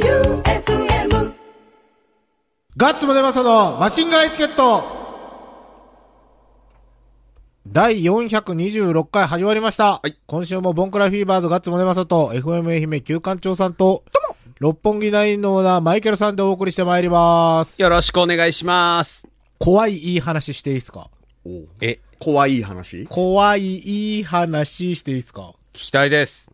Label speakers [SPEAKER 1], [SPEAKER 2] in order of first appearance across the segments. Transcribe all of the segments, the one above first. [SPEAKER 1] J-O-E-U-F-M
[SPEAKER 2] ガッツムネマソのマシンガンエチケット第426回始まりました。
[SPEAKER 3] はい
[SPEAKER 2] 今週もボンクラフィーバーズガッツムネマソと FM 愛媛旧館長さんと、六本木ナインのオーナーマイケルさんでお送りしてまいります。
[SPEAKER 3] よろしくお願いします。
[SPEAKER 2] 怖いいい話していいですか
[SPEAKER 3] え、怖い話聞
[SPEAKER 2] 怖いいい話していいですか
[SPEAKER 3] きたいです。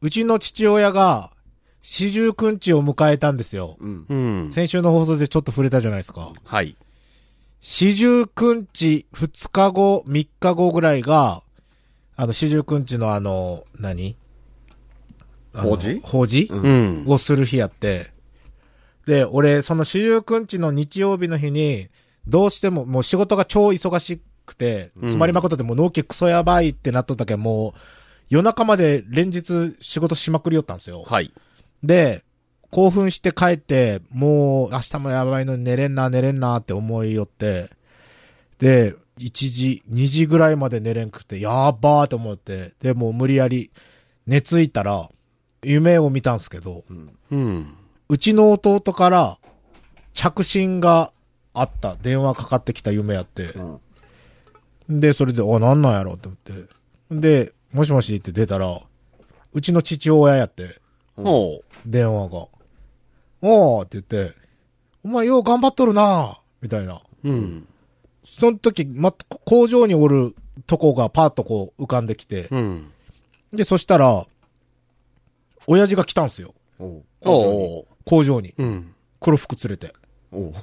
[SPEAKER 2] うちの父親が四十九日を迎えたんですよ。
[SPEAKER 3] うん。
[SPEAKER 2] 先週の放送でちょっと触れたじゃないですか。
[SPEAKER 3] はい。
[SPEAKER 2] 四十九日、二日後、三日後ぐらいが、あの、四十九日のあの、何あの
[SPEAKER 3] 法事
[SPEAKER 2] 法事、
[SPEAKER 3] うん。
[SPEAKER 2] をする日やって。で、俺、その四十九日の日曜日の日に、どうしてももう仕事が超忙しくて、詰まりまくっとってもう納期クソやばいってなっとったけど、もう、夜中まで連日仕事しまくりよったんですよ。
[SPEAKER 3] はい。
[SPEAKER 2] で、興奮して帰って、もう明日もやばいのに寝れんな、寝れんなって思いよって、で、1時、2時ぐらいまで寝れんくて、やーばーと思って、で、もう無理やり寝ついたら、夢を見たんすけど、う
[SPEAKER 3] うん。
[SPEAKER 2] ちの弟から着信があった、電話かかってきた夢やって、で、それで、あ、なんなんやろって思って、で、もしもしって出たら、うちの父親やって、
[SPEAKER 3] おう。
[SPEAKER 2] 電話が。おーって言って、お前よう頑張っとるなみたいな。
[SPEAKER 3] うん。
[SPEAKER 2] その時、ま、工場におるとこがパーッとこう浮かんできて、
[SPEAKER 3] うん。
[SPEAKER 2] で、そしたら、親父が来たんすよ。
[SPEAKER 3] おう。
[SPEAKER 2] お
[SPEAKER 3] おう。
[SPEAKER 2] 工場に。
[SPEAKER 3] うん。
[SPEAKER 2] 黒服連れて。
[SPEAKER 3] おう。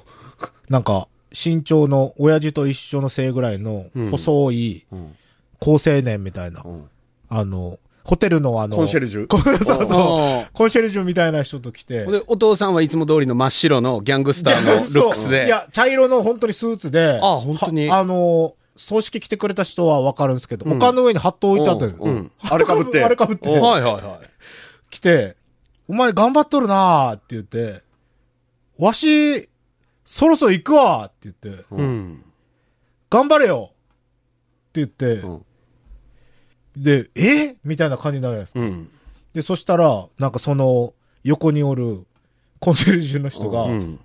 [SPEAKER 2] なんか、身長の親父と一緒のせいぐらいの
[SPEAKER 3] うん
[SPEAKER 2] 細い
[SPEAKER 3] うん。
[SPEAKER 2] 高青年みたいな、
[SPEAKER 3] ん
[SPEAKER 2] あの、ホテルのあの、
[SPEAKER 4] コンシェルジュ
[SPEAKER 2] コンそうそう。
[SPEAKER 3] そ
[SPEAKER 2] コンシェルジュみたいな人と来て
[SPEAKER 3] う。。で、お父さんはいつも通りの真っ白のギャングスターのルックス
[SPEAKER 2] そう
[SPEAKER 3] で。
[SPEAKER 2] いや、茶色の本当にスーツで。
[SPEAKER 3] あ本当に
[SPEAKER 2] はあのー、葬式来てくれた人はわかるんですけど、丘の上にハット置いてあったよ。
[SPEAKER 4] うん
[SPEAKER 3] うん
[SPEAKER 2] ハット
[SPEAKER 4] あれ被って
[SPEAKER 2] あれかぶって。
[SPEAKER 3] はいはいはい。
[SPEAKER 2] 来て、お前頑張っとるなーって言って、わし、そろそろ行くわーって言って、
[SPEAKER 3] うん。
[SPEAKER 2] 頑張れよって言って
[SPEAKER 3] うん、
[SPEAKER 2] で、えみたいな感じになるやつ。
[SPEAKER 3] うん。
[SPEAKER 2] で、そしたら、なんかその、横におる、コンシェルジュの人が、
[SPEAKER 3] うん。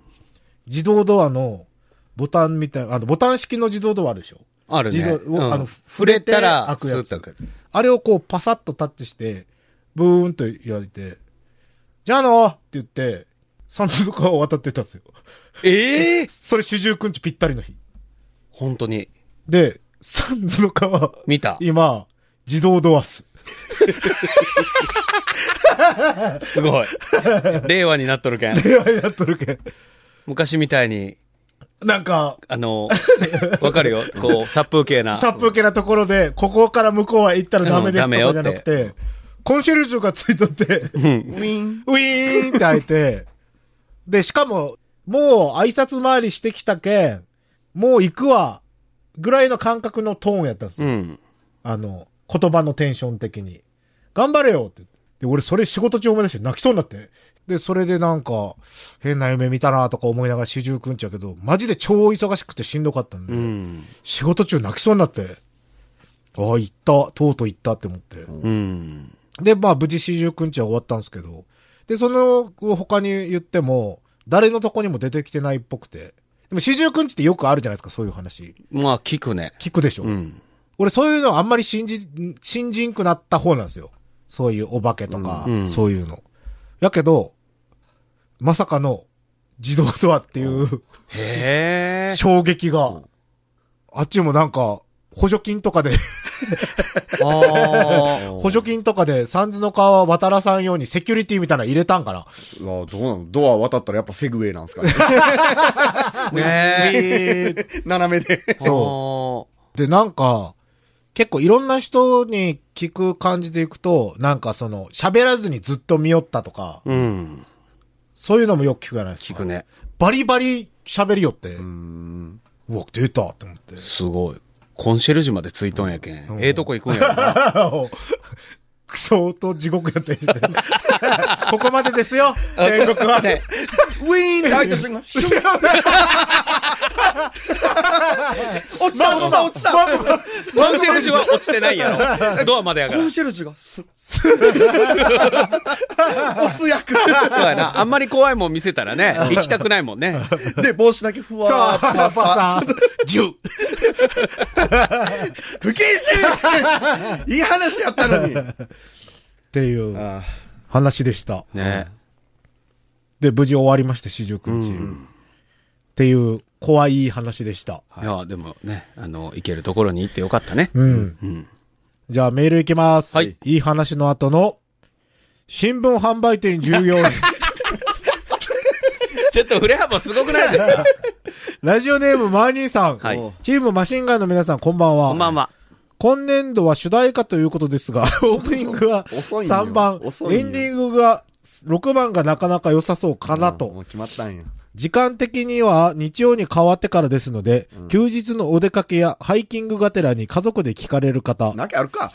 [SPEAKER 2] 自動ドアのボタンみたいな、あの、ボタン式の自動ドアあるでしょ
[SPEAKER 3] あるね。
[SPEAKER 2] 自動
[SPEAKER 3] う
[SPEAKER 2] あ
[SPEAKER 3] ん
[SPEAKER 2] の
[SPEAKER 3] 触れたら、
[SPEAKER 2] 触れて開くやつ
[SPEAKER 3] スッと開く。
[SPEAKER 2] あれをこうパサッとタッチして、ブーンと言われて、じゃあのって言って、三途の川を渡ってったんですよ。
[SPEAKER 3] ええ
[SPEAKER 2] それ四十九日ぴったりの日。
[SPEAKER 3] 本当に。
[SPEAKER 2] で、三途の川、
[SPEAKER 3] 見た。
[SPEAKER 2] 今、自動ドアス。
[SPEAKER 3] す ごい。令和になっとるけん。
[SPEAKER 2] 令和になっとるけん。
[SPEAKER 3] 昔みたいに、
[SPEAKER 2] なんか、
[SPEAKER 3] あの、わかるよ。こう、殺風景な。
[SPEAKER 2] 殺風景なところで、ここから向こうは行ったらダメですとかじゃなくて、コンシェルジュがついとって、ウィーン。ウィーンって開いて、で、しかも、もう挨拶回りしてきたけん、もう行くわ、ぐらいの感覚のトーンやったんですよ。
[SPEAKER 3] うん。
[SPEAKER 2] あの、言葉のテンション的に。頑張れよって言って。で、俺それ仕事中思い出して泣きそうになって。で、それでなんか、変な夢見たなとか思いながら四十九日やけど、マジで超忙しくてしんどかったんで、
[SPEAKER 3] うん。
[SPEAKER 2] 仕事中泣きそうになって、ああ、行った、とうとう行ったって思って。
[SPEAKER 3] うん。
[SPEAKER 2] で、まあ、無事四十九日は終わったんですけど、で、その他に言っても、誰のとこにも出てきてないっぽくて。でも四十九日ってよくあるじゃないですか、そういう話。
[SPEAKER 3] まあ、聞くね。
[SPEAKER 2] 聞くでしょ。
[SPEAKER 3] うん。
[SPEAKER 2] 俺そういうのあんまり信じ、信じんくなった方なんですよ。そういうお化けとか、
[SPEAKER 3] うんうん
[SPEAKER 2] そういうの。やけど、まさかの自動ドアっていう
[SPEAKER 3] へえ。
[SPEAKER 2] 衝撃が、あっちもなんか、補助金とかで、
[SPEAKER 3] ああ。
[SPEAKER 2] 補助金とかで、三途の川渡らさんようにセキュリティみたいなの入れたんかな。
[SPEAKER 4] あどうなのドア渡ったらやっぱセグウェイなんですかね
[SPEAKER 3] ねえ。
[SPEAKER 4] 斜めで。
[SPEAKER 3] そ
[SPEAKER 2] で、なんか、結構いろんな人に聞く感じでいくと、なんかその、喋らずにずっと見よったとか、
[SPEAKER 3] う。うん。
[SPEAKER 2] そういうのもよく聞くじゃないです
[SPEAKER 3] 聞
[SPEAKER 2] か。
[SPEAKER 3] くね。
[SPEAKER 2] バリバリ喋りよって、う
[SPEAKER 4] うん
[SPEAKER 2] わ、出たって思って。
[SPEAKER 3] すごい。コンシェルジュまでついとんやけん。ええとこ行くんやろな。
[SPEAKER 2] クソと地獄やったりして。ここまでですよ、天国は。
[SPEAKER 3] ね
[SPEAKER 4] ウィーンって開いた瞬間、シュッ
[SPEAKER 2] 落ちた、落ちた、落ちた。
[SPEAKER 3] コンシェルジュは落ちてないやろ。ドアまでやか
[SPEAKER 4] コ
[SPEAKER 3] ら
[SPEAKER 4] ン。シェルジュがスッ、スッ、押すや
[SPEAKER 3] そうやな。あんまり怖いもん見せたらね、行きたくないもんね。
[SPEAKER 4] で、帽子だけふわーっと
[SPEAKER 2] パパさん。
[SPEAKER 3] 10!
[SPEAKER 4] 不謹 慎いい話やったのに。
[SPEAKER 2] っていう
[SPEAKER 4] あ
[SPEAKER 2] 話でした。
[SPEAKER 3] ね
[SPEAKER 2] で、無事終わりまして、四十九日。っていう、怖い話でした。
[SPEAKER 3] いや、でもね、あの、行けるところに行ってよかったね。
[SPEAKER 2] うん。
[SPEAKER 3] うん。
[SPEAKER 2] じゃあメールいきます。
[SPEAKER 3] はいい。
[SPEAKER 2] い話の後の、新聞販売店従 業員、
[SPEAKER 3] ちょっとフレ幅すごくないです か
[SPEAKER 2] ラジオネームマーニーさん。
[SPEAKER 3] はい。
[SPEAKER 4] お
[SPEAKER 2] チームマシンガンの皆さん、こんばんは。
[SPEAKER 3] こんばんは。
[SPEAKER 2] 今年度は主題歌ということです が、オープニングは
[SPEAKER 4] 遅いんよ
[SPEAKER 2] 3番、
[SPEAKER 4] 遅いんよ
[SPEAKER 2] エンディングが6番がなかなか良さそうかなと。
[SPEAKER 4] もう決まったんや。
[SPEAKER 2] 時間的には日曜に変わってからですので、休日のお出かけやハイキングがてらに家族で聞かれる方、
[SPEAKER 4] なきゃあるか。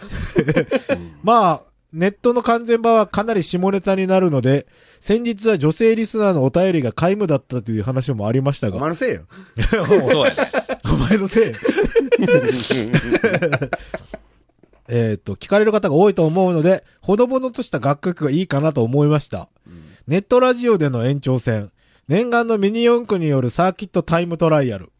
[SPEAKER 2] まあ、ネットの完全版はかなり下ネタになるので、先日は女性リスナーのお便りが皆無だったという話もありました
[SPEAKER 4] お
[SPEAKER 2] が、
[SPEAKER 4] 前のせいよ。
[SPEAKER 3] そうやね。
[SPEAKER 2] お前の せい。えっと、聞かれる方が多いと思うので、ほのぼのとした楽曲がいいかなと思いました。ネットラジオでの延長戦、念願のミニ四駆によるサーキットタイムトライアル。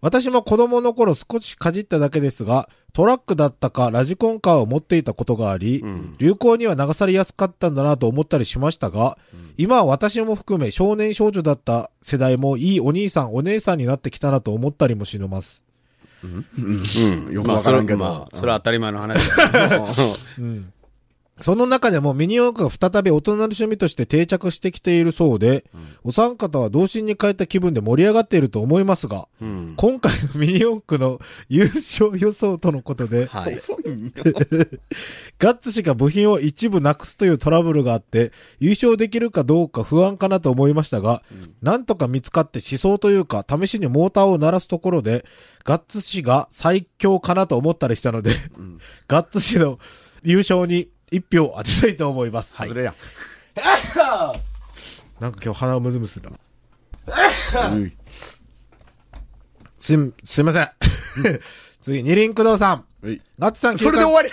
[SPEAKER 2] 私も子供の頃少しかじっただけですが、トラックだったかラジコンカーを持っていたことがあり、
[SPEAKER 3] うん。
[SPEAKER 2] 流行には流されやすかったんだなと思ったりしましたが、今は私も含め少年少女だった世代もいいお兄さんお姉さんになってきたなと思ったりもしのます。
[SPEAKER 3] うん。
[SPEAKER 4] よくわからんけど
[SPEAKER 3] まあ、それはまあそれは当たり前の話だね
[SPEAKER 2] その中でもミニ四駆が再び大人の趣味として定着してきているそうで、お三方は童心に帰った気分で盛り上がっていると思いますが、
[SPEAKER 3] うん。
[SPEAKER 2] 今回のミニ四駆の優勝予想とのことで、
[SPEAKER 3] はい。
[SPEAKER 4] 遅いんよ。
[SPEAKER 2] ガッツ氏が部品を一部なくすというトラブルがあって、優勝できるかどうか不安かなと思いましたが、なんとか見つかって思想というか、試しにモーターを鳴らすところで、ガッツ氏が最強かなと思ったりしたので、ガッツ氏の優勝に一票を当てたいと思います。
[SPEAKER 4] 外れや。
[SPEAKER 2] なんか今日鼻がムズムズだ。
[SPEAKER 4] うん
[SPEAKER 2] すい、すいません。 次、二輪駆動さん。
[SPEAKER 4] はい
[SPEAKER 2] ガッツさん、
[SPEAKER 4] それで終わり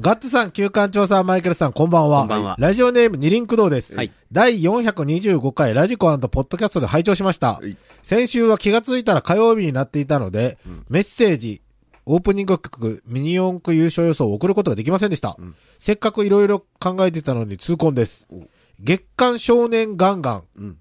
[SPEAKER 2] ガッツさん、旧館長さん、マイケルさん、こんばんは。
[SPEAKER 3] こんばんは
[SPEAKER 2] ラジオネーム、二輪駆動です。
[SPEAKER 3] はい
[SPEAKER 2] 第425回、ラジコポッドキャストで拝聴しました。
[SPEAKER 4] い
[SPEAKER 2] 先週は気がついたら火曜日になっていたので、メッセージ、オープニング曲、ミニ四駆優勝予想を送ることができませんでした。せっかくいろいろ考えてたのに痛恨です。月刊少年ガンガン。
[SPEAKER 4] うん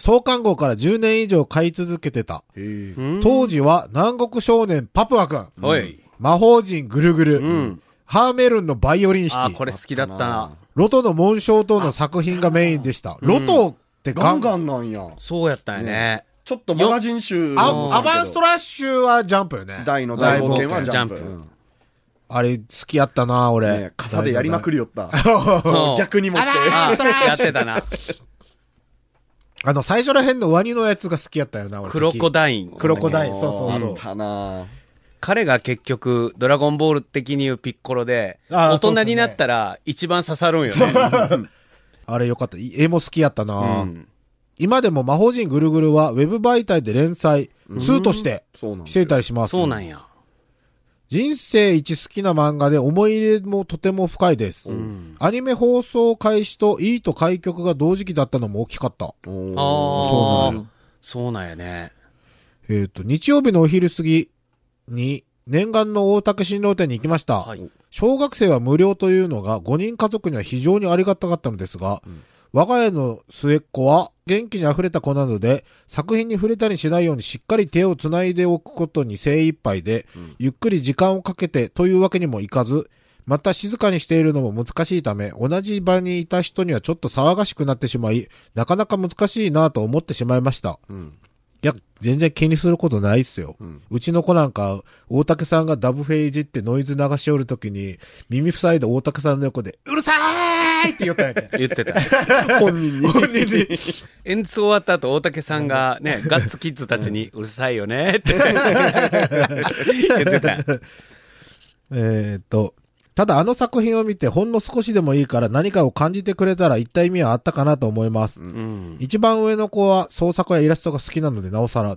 [SPEAKER 2] 創刊号から10年以上買い続けてた。
[SPEAKER 4] へえ
[SPEAKER 2] 当時は南国少年パプア君。
[SPEAKER 3] おい。
[SPEAKER 2] 魔法陣ぐるぐる。
[SPEAKER 3] ん
[SPEAKER 2] ハーメルンのバイオリン
[SPEAKER 3] あ
[SPEAKER 2] 弾
[SPEAKER 3] ー、こ
[SPEAKER 2] き。
[SPEAKER 3] れ好きだった
[SPEAKER 4] あった
[SPEAKER 3] な
[SPEAKER 4] な。
[SPEAKER 2] ロトの紋章等の作品がメインでした。ロトってガ
[SPEAKER 4] ガン
[SPEAKER 2] ン
[SPEAKER 4] ガ
[SPEAKER 2] ガン。
[SPEAKER 4] ンなんや。
[SPEAKER 3] そうやったよね。
[SPEAKER 4] ちょっとマガジン集の
[SPEAKER 2] あアバンストラッシュはジャンプよね。
[SPEAKER 4] 大の大冒険
[SPEAKER 2] 大
[SPEAKER 4] は
[SPEAKER 2] 冒
[SPEAKER 4] ジャンプ。
[SPEAKER 3] ジャン
[SPEAKER 2] あれ、好きやったな、
[SPEAKER 4] うん
[SPEAKER 2] 俺。
[SPEAKER 4] ね傘でやりまくりよった。
[SPEAKER 3] うん
[SPEAKER 4] 逆に持って。
[SPEAKER 3] あーやってたな。
[SPEAKER 2] あの、最初ら辺のワニのやつが好きやったよな、俺。
[SPEAKER 3] クロコダイン。
[SPEAKER 2] クロコダインそうそうそう
[SPEAKER 4] あったな
[SPEAKER 3] 彼が結局、ドラゴンボール的に言うピッコロで、
[SPEAKER 2] あー
[SPEAKER 3] 大
[SPEAKER 2] そうそ
[SPEAKER 3] 人
[SPEAKER 2] うね
[SPEAKER 3] になったら一番刺さるんよね。
[SPEAKER 2] あれよかった。い絵も好きやった
[SPEAKER 3] う
[SPEAKER 2] な、
[SPEAKER 3] ん
[SPEAKER 2] 今でも魔法陣ぐるぐるはウェブ媒体で連載、2として
[SPEAKER 4] そうなん
[SPEAKER 2] していたりします。
[SPEAKER 3] そうなんや。
[SPEAKER 2] 人生一好きな漫画で思い入れもとても深いです。アニメ放送開始といいと開局が同時期だったのも大きかった。
[SPEAKER 3] あ
[SPEAKER 2] そうなん
[SPEAKER 3] あ。そうなんやね。
[SPEAKER 2] えっ、と、日曜日のお昼過ぎに念願の大竹新郎店に行きました。
[SPEAKER 3] はい。
[SPEAKER 2] 小学生は無料というのが5人家族には非常にありがたかったのですが、我が家の末っ子は元気に溢れた子なので、作品に触れたりしないようにしっかり手をつないでおくことに精一杯で、ゆっくり時間をかけてというわけにもいかず、また静かにしているのも難しいため、同じ場にいた人にはちょっと騒がしくなってしまい、なかなか難しいなと思ってしまいました。いや、全然気にすることないっすよ。うちの子なんか、大竹さんがダブフェイジってノイズ流しおるときに、耳塞いで大竹さんの横で、うるさーいって言ったんやけん
[SPEAKER 3] 言ってた。
[SPEAKER 4] 本人に。本人に。
[SPEAKER 3] 演出終わった後、大竹さんがね、ガッツキッズたちに、うるさいよ ねって言ってた。
[SPEAKER 2] えーっと、ただあの作品を見てほんの少しでもいいから何かを感じてくれたら一体意味はあったかなと思います。
[SPEAKER 3] うん。
[SPEAKER 2] 一番上の子は創作やイラストが好きなのでなおさら。い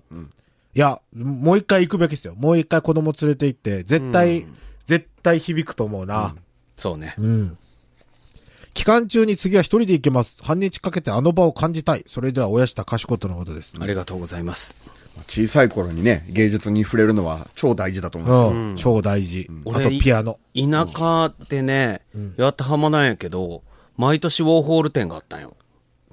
[SPEAKER 2] や、もう一回行くべきですよ。もう一回子供連れて行って、絶対、絶対響くと思うな。
[SPEAKER 3] そうね。
[SPEAKER 2] うん。間中に次は一人で行けます。半日かけてあの場を感じたい。それでは、親下かしことのことです。
[SPEAKER 3] ありがとうございます。
[SPEAKER 4] 小さい頃にね、芸術に触れるのは超大事だと思うんですよ。
[SPEAKER 2] うん、超大事。あと
[SPEAKER 3] 俺、
[SPEAKER 2] ピアノ。
[SPEAKER 3] 田舎でね、八幡浜なんやけど、毎年ウォーホール展があったんよ。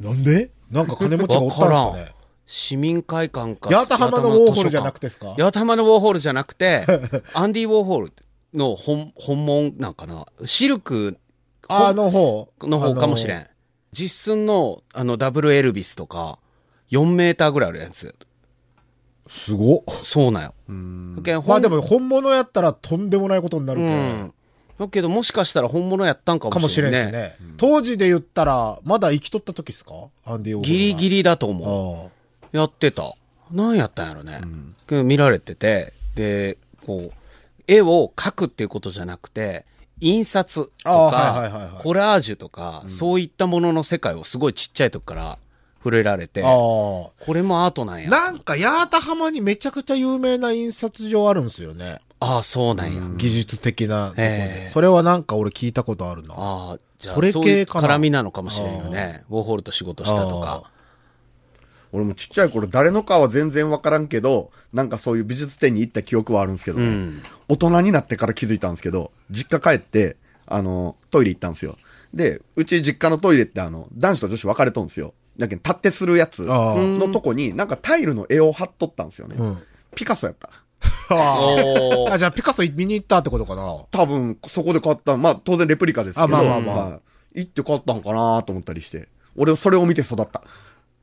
[SPEAKER 2] なんでなんか金持ちがお
[SPEAKER 3] わ
[SPEAKER 2] っ
[SPEAKER 3] か
[SPEAKER 2] た
[SPEAKER 3] ら
[SPEAKER 2] ん
[SPEAKER 3] ん
[SPEAKER 2] ですかね。。
[SPEAKER 3] 市民会館か。
[SPEAKER 2] 八幡浜のウォーホールじゃなくてですか
[SPEAKER 3] 八幡浜のウォーホールじゃな くて、アンディ・ウォーホールの本、本物なんかな。シルク
[SPEAKER 2] あの方
[SPEAKER 3] の方かもしれ
[SPEAKER 2] ん。
[SPEAKER 3] ん。実寸の、あの、ダブルエルビスとか、4メーターぐらいあるやつ。
[SPEAKER 2] すごっ。
[SPEAKER 3] そうなんよ。けん
[SPEAKER 2] まあ
[SPEAKER 3] 本
[SPEAKER 2] でも本物やったらとんでもないことになるけ
[SPEAKER 3] う
[SPEAKER 2] ど
[SPEAKER 3] ん。だけど、もしかしたら本物やったんか
[SPEAKER 2] か
[SPEAKER 3] も
[SPEAKER 2] も
[SPEAKER 3] し
[SPEAKER 2] し
[SPEAKER 3] れ
[SPEAKER 2] れ
[SPEAKER 3] ん
[SPEAKER 2] ん
[SPEAKER 3] ね。
[SPEAKER 2] ですね。当時で言ったら、まだ生きとった時ですかアンディ・オ
[SPEAKER 3] ギリギ
[SPEAKER 2] リ。
[SPEAKER 3] リだと思う。
[SPEAKER 2] ああ
[SPEAKER 3] やってた。なんやったんやろね。けど見られてて、で、こう、絵を描くっていうことじゃなくて、印刷と
[SPEAKER 2] あはいはいはい
[SPEAKER 3] か
[SPEAKER 2] は、い
[SPEAKER 3] コラージュとか、そういったものの世界をすごいちっちゃい時から触れられて、
[SPEAKER 2] あ
[SPEAKER 3] これもアートなん
[SPEAKER 2] あ。
[SPEAKER 3] や。
[SPEAKER 2] なんか、八幡浜にめちゃくちゃ有名な印刷所あるんですよね。
[SPEAKER 3] ああ、そうなんや。
[SPEAKER 2] 技術的なとこ
[SPEAKER 3] え
[SPEAKER 2] で
[SPEAKER 3] え。
[SPEAKER 2] それはなんか俺聞いたことあるな。
[SPEAKER 3] ああ、じゃあ、
[SPEAKER 2] それ
[SPEAKER 3] そうい
[SPEAKER 2] 系
[SPEAKER 3] う
[SPEAKER 2] かな
[SPEAKER 3] 絡みなのかもしれんよね。ウォーホルと仕事したとか。
[SPEAKER 4] 俺もちっちゃい頃誰のかは全然わからんけど、なんかそういう美術展に行った記憶はあるんですけどね、
[SPEAKER 3] うん
[SPEAKER 4] 大人になってから気づいたんですけど、実家帰って、あの、トイレ行ったんですよ。で、うち実家のトイレってあの、男子と女子分かれとんですよ。だけど立ってするやつ
[SPEAKER 2] あー
[SPEAKER 4] のとこに、なんかタイルの絵を貼っとったんですよね。
[SPEAKER 2] うん。
[SPEAKER 4] ピカソやった。
[SPEAKER 2] あ
[SPEAKER 3] お
[SPEAKER 2] あ
[SPEAKER 3] ー
[SPEAKER 2] あじゃあピカソ見に行ったってことかな。
[SPEAKER 4] 多分、そこで買った、まあ当然レプリカですけど、
[SPEAKER 2] あまあまあまあ
[SPEAKER 4] はい行って買ったんかなと思ったりして。俺はそれを見て育った。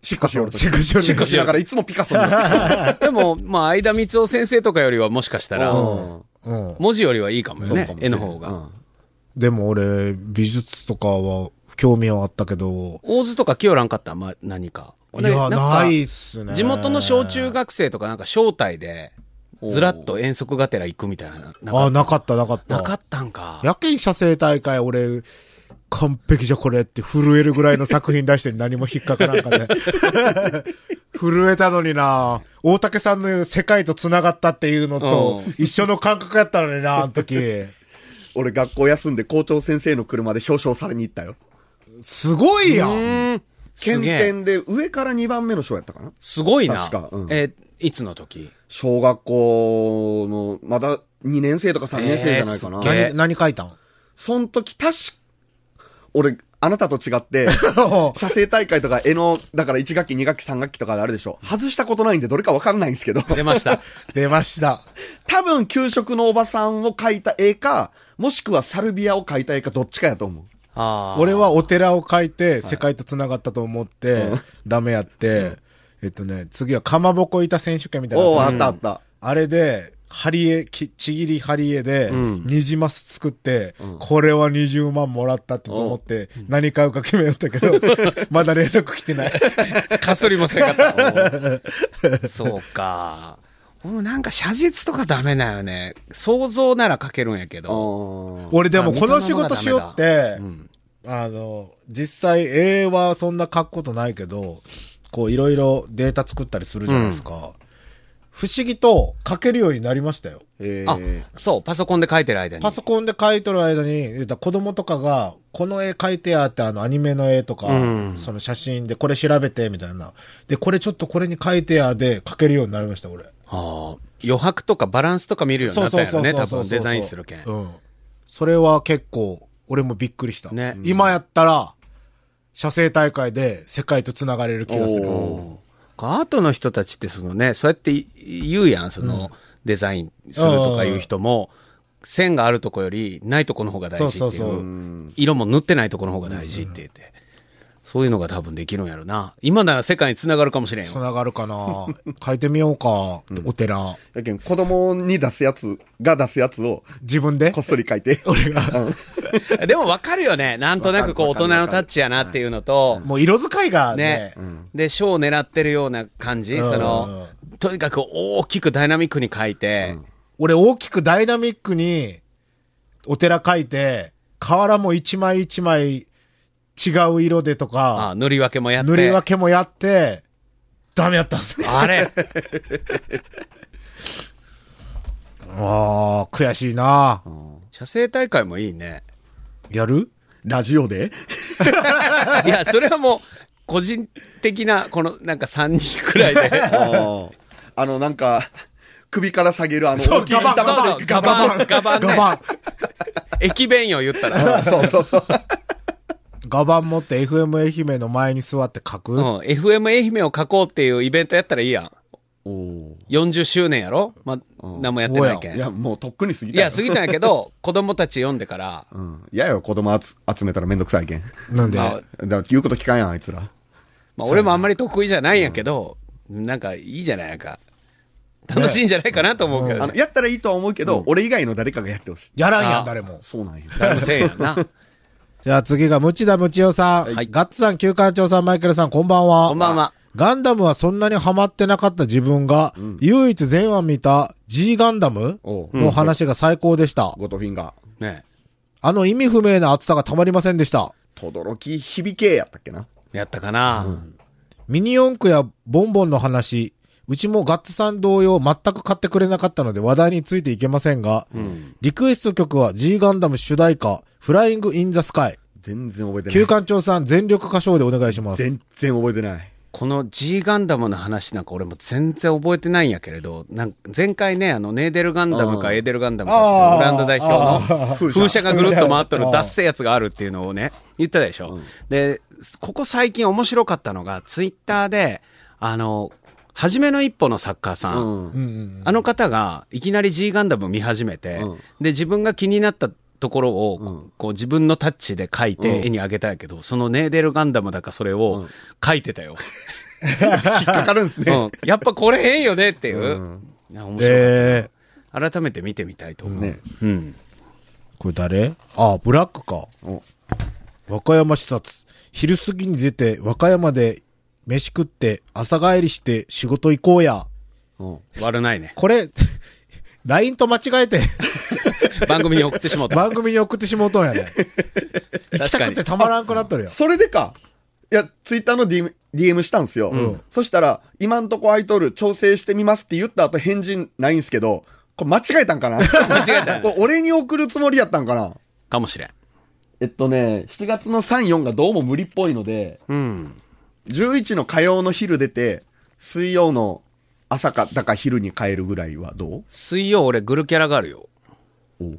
[SPEAKER 4] シッカしよるとき
[SPEAKER 2] シッカしよる
[SPEAKER 4] シッカしながらいつもピカソになっ た。
[SPEAKER 3] でも、まあ、相田光夫先生とかよりはもしかしたら、
[SPEAKER 4] うん
[SPEAKER 2] うん。
[SPEAKER 3] 文字よりはいいかもよ
[SPEAKER 4] そうか
[SPEAKER 3] ね
[SPEAKER 4] も。し
[SPEAKER 3] 絵
[SPEAKER 4] れん
[SPEAKER 3] の方が。
[SPEAKER 4] うん
[SPEAKER 2] でも俺、美術とかは興味はあったけど、
[SPEAKER 3] 大津とか清らんかった、ま、何か。
[SPEAKER 2] い
[SPEAKER 3] ね
[SPEAKER 2] や、
[SPEAKER 3] んか
[SPEAKER 2] ないっすね。
[SPEAKER 3] 地元の小中学生とかなんか招待で、ずらっと遠足がてら行くみたいな。なんか
[SPEAKER 2] あ、なかった、なかった。
[SPEAKER 3] なかったんか。
[SPEAKER 2] やけに写生大会、俺、完璧じゃこれって震えるぐらいの作品出して何も引っかからんか ね。震えたのにな大竹さんの世界と繋がったっていうのと
[SPEAKER 3] う、
[SPEAKER 2] 一緒の感覚やったのになあの時。
[SPEAKER 4] 俺学校休んで校長先生の車で表彰されに行ったよ。
[SPEAKER 2] すごいや。
[SPEAKER 3] うんーん。す
[SPEAKER 4] 検
[SPEAKER 3] げえ。
[SPEAKER 4] 点で上から2番目の章やったかな
[SPEAKER 3] すごいな
[SPEAKER 4] 確かうん。
[SPEAKER 3] え、いつの時
[SPEAKER 4] 小学校の、まだ2年生とか3年生じゃないかな。
[SPEAKER 3] えーすっげえ
[SPEAKER 2] 何、何書いたん
[SPEAKER 4] その時確か、俺、あなたと違って、写生大会とか絵の、だから1学期、2学期、3学期とかであれでしょ。外したことないんでどれかわかんないんですけど、
[SPEAKER 3] 出ました。
[SPEAKER 2] 出ました。
[SPEAKER 4] 多分給食のおばさんを描いた絵か、もしくはサルビアを描いた絵かどっちかやと思う。
[SPEAKER 3] あー
[SPEAKER 2] 俺、はお寺を書いて、世界と繋がったと思って、ダメやって、えっとね、次はかまぼこ板選手権みたいなの
[SPEAKER 4] お
[SPEAKER 2] があっ
[SPEAKER 4] お
[SPEAKER 2] たんですよ
[SPEAKER 4] あったあった。
[SPEAKER 2] あれで、針絵、きちぎり針絵で、ニジマス作って、これは20万もらったって思って、何買うか決めよったけど、まだ連絡来てない。
[SPEAKER 3] かすりもせんか った。そうか。俺もなんか写実とかダメだよね。想像なら描けるんやけ
[SPEAKER 4] あ
[SPEAKER 3] ど。
[SPEAKER 4] ー
[SPEAKER 2] 俺でもこの仕事しよって
[SPEAKER 3] う、ん
[SPEAKER 2] あの、実際絵はそんな書くことないけど、こういろいろデータ作ったりするじゃないですか。不思議と書けるようになりましたよ。
[SPEAKER 4] え
[SPEAKER 3] あ
[SPEAKER 4] ー、
[SPEAKER 3] そう、パソコンで描いてる間に。
[SPEAKER 2] パソコンで書いとる間に、言うたら子供とかが、この絵描いてやって、あの、アニメの絵とか、
[SPEAKER 3] うん
[SPEAKER 2] その写真でこれ調べて、みたいな。で、これちょっとこれに描いてやで、描けるようになりました、俺。
[SPEAKER 3] ああ余白とかバランスとか見るようになったんやろね、多分デザインするけん。
[SPEAKER 2] うん。それは結構、俺もびっくりした。
[SPEAKER 3] ね
[SPEAKER 2] 今やったら、写生大会で世界と繋がれる気がする。
[SPEAKER 4] お
[SPEAKER 3] アートの人たちってそのね、そうやって言うやん、その、デザインするとかいう人も、線があるとこよりないとこの方が大事ってい
[SPEAKER 2] そうそうそう
[SPEAKER 3] う、色も塗ってないとこの方が大事って言って、そういうのが多分できるんやろな。今なら世界に繋がるかもしれんよ。
[SPEAKER 2] 繋がるかな 書いてみようか、お寺。
[SPEAKER 4] やけん子供に出すやつが出すやつを
[SPEAKER 2] 自分で
[SPEAKER 4] こっそり描いて。 俺が。
[SPEAKER 3] でも分かるよね。なんとなくこう大
[SPEAKER 4] わか
[SPEAKER 3] 人
[SPEAKER 4] るわか
[SPEAKER 3] の
[SPEAKER 4] る
[SPEAKER 3] タッチやなっていうのと、
[SPEAKER 2] もう色使いがね
[SPEAKER 3] ね、で、賞を狙ってるような感じ、
[SPEAKER 2] うん
[SPEAKER 3] その、とにかく大きくダイナミックに書いて、
[SPEAKER 2] 俺大きくダイナミックにお寺書いて、瓦も一枚一枚違う色でと
[SPEAKER 3] ああ
[SPEAKER 2] か、
[SPEAKER 3] 塗り分けもやって。
[SPEAKER 2] 塗り分けもやって、ダメやったんですね。
[SPEAKER 3] あれ
[SPEAKER 2] ああ、悔しいな
[SPEAKER 3] 写生大会もいいね。
[SPEAKER 2] やる
[SPEAKER 4] ラジオで
[SPEAKER 3] いや、それはもう、個人的な、この、なんか3人くらいで。
[SPEAKER 4] あの、なんか、首から下げるあの、
[SPEAKER 2] そう
[SPEAKER 4] 大きい板
[SPEAKER 2] ガバン
[SPEAKER 4] 板
[SPEAKER 3] そうそう、ガバン、ガバン、
[SPEAKER 2] ガ
[SPEAKER 3] ね、
[SPEAKER 2] バン、
[SPEAKER 3] 駅弁よ、言ったら。
[SPEAKER 4] そうそうそう。
[SPEAKER 2] ガバン持って FM 愛媛の前に座って書く、
[SPEAKER 3] うん、FM 愛媛を書こうっていうイベントやったらいいやん。
[SPEAKER 4] お
[SPEAKER 3] 40周年やろま、何もやってないけん。
[SPEAKER 4] い
[SPEAKER 3] い
[SPEAKER 4] や、もうとっくに過ぎたよ
[SPEAKER 3] や、過ぎたんやけど、子供たち読んでから、
[SPEAKER 4] うん。いやよ、子供集集めたらめんどくさいけん。
[SPEAKER 2] なんで、
[SPEAKER 3] まあ
[SPEAKER 4] だから言うこと聞かんやん、あいつら。
[SPEAKER 3] まあ、俺もあんまり得意じゃないんやけど、なんかいいじゃないか。楽しいんじゃないかなと思うけど
[SPEAKER 4] あ
[SPEAKER 3] ね、
[SPEAKER 4] の、やったらいいとは思うけど、俺以外の誰かがやってほしい。
[SPEAKER 2] やらんや
[SPEAKER 3] あ
[SPEAKER 2] ん、誰も。
[SPEAKER 4] そう なんよ。
[SPEAKER 3] 誰もせえやんな。
[SPEAKER 2] じゃあ次が、ムチダムチオさん、
[SPEAKER 3] はい
[SPEAKER 2] ガッツさん、旧館長さん、マイケルさん、こんばんは。
[SPEAKER 3] こんばんは。
[SPEAKER 2] ガンダムはそんなにハマってなかった自分が、唯一全話見た G ガンダム
[SPEAKER 4] おう
[SPEAKER 2] の話が最高でした。
[SPEAKER 4] ゴトフィンガー。
[SPEAKER 3] ね
[SPEAKER 2] あの意味不明な熱さがたまりませんでした。
[SPEAKER 4] とどろき響けやったっけな。
[SPEAKER 3] やったかな、
[SPEAKER 2] ミニ四駆やボンボンの話、うちもガッツさん同様全く買ってくれなかったので話題についていけませんが、リクエスト曲は G ガンダム主題歌、フライング・イン・ザ・スカイ。
[SPEAKER 4] 全然覚えて
[SPEAKER 2] 旧
[SPEAKER 4] ない。
[SPEAKER 2] 館長さん全力歌唱でお願いします。
[SPEAKER 4] 全然覚えてない。
[SPEAKER 3] この G ガンダムの話なんか俺も全然覚えてないんやけれど、なんか前回ね、あの、ネーデルガンダム
[SPEAKER 4] う
[SPEAKER 3] か
[SPEAKER 4] ん
[SPEAKER 3] エーデルガンダムかっていうオランダ代表の
[SPEAKER 4] 風
[SPEAKER 3] 風車がぐるっと回っと
[SPEAKER 2] あ
[SPEAKER 3] る
[SPEAKER 2] ー
[SPEAKER 3] 脱せやつがあるっていうのをね、言ってたでしょ。で、ここ最近面白かったのが、ツイッターで、あの、初めの一歩のサッカーさん、
[SPEAKER 4] うん。
[SPEAKER 2] うんうん
[SPEAKER 3] あの方がいきなり G ガンダムを見始めて、
[SPEAKER 4] うん
[SPEAKER 3] で、自分が気になったところを、こう自分のタッチで描い
[SPEAKER 4] うん
[SPEAKER 3] て絵にあげたんやけど、そのネーデルガンダムだかそれを描いてたよ。
[SPEAKER 4] 引っかかるんですね。
[SPEAKER 3] うん、やっぱこれ変よねっていう。いや面白い、
[SPEAKER 2] えー、
[SPEAKER 3] 改めて見てみたいと思う。
[SPEAKER 4] ね
[SPEAKER 3] うん。
[SPEAKER 2] これ誰あ、ブラックか。
[SPEAKER 4] お
[SPEAKER 2] 和歌山視察。昼過ぎに出て、和歌山で飯食って、朝帰りして仕事行こうや。
[SPEAKER 4] お
[SPEAKER 3] 悪ないね。
[SPEAKER 2] これ、LINE と間違えて、
[SPEAKER 3] 番組に送ってしまった。
[SPEAKER 2] 番組に送ってしもうとんやね。 行き
[SPEAKER 3] 確
[SPEAKER 2] た
[SPEAKER 3] か
[SPEAKER 2] く
[SPEAKER 3] に
[SPEAKER 2] て。たまらんくなっとるやん。
[SPEAKER 4] それでか。いや、ツイッターの DM, DM したんですよ。そしたら、今んとこアイドル調整してみますって言った後返事ないんすけど、これ間違えたんか な間
[SPEAKER 3] 違えたね
[SPEAKER 4] 俺に送るつもりやったんかな
[SPEAKER 3] かもしれん。
[SPEAKER 4] えっとね、7月の3、4がどうも無理っぽいので、
[SPEAKER 3] うん。
[SPEAKER 4] 11の火曜の昼出て、水曜の朝か、だか昼に帰るぐらいはど
[SPEAKER 3] 水曜俺グルキャラがあるよ。
[SPEAKER 4] うお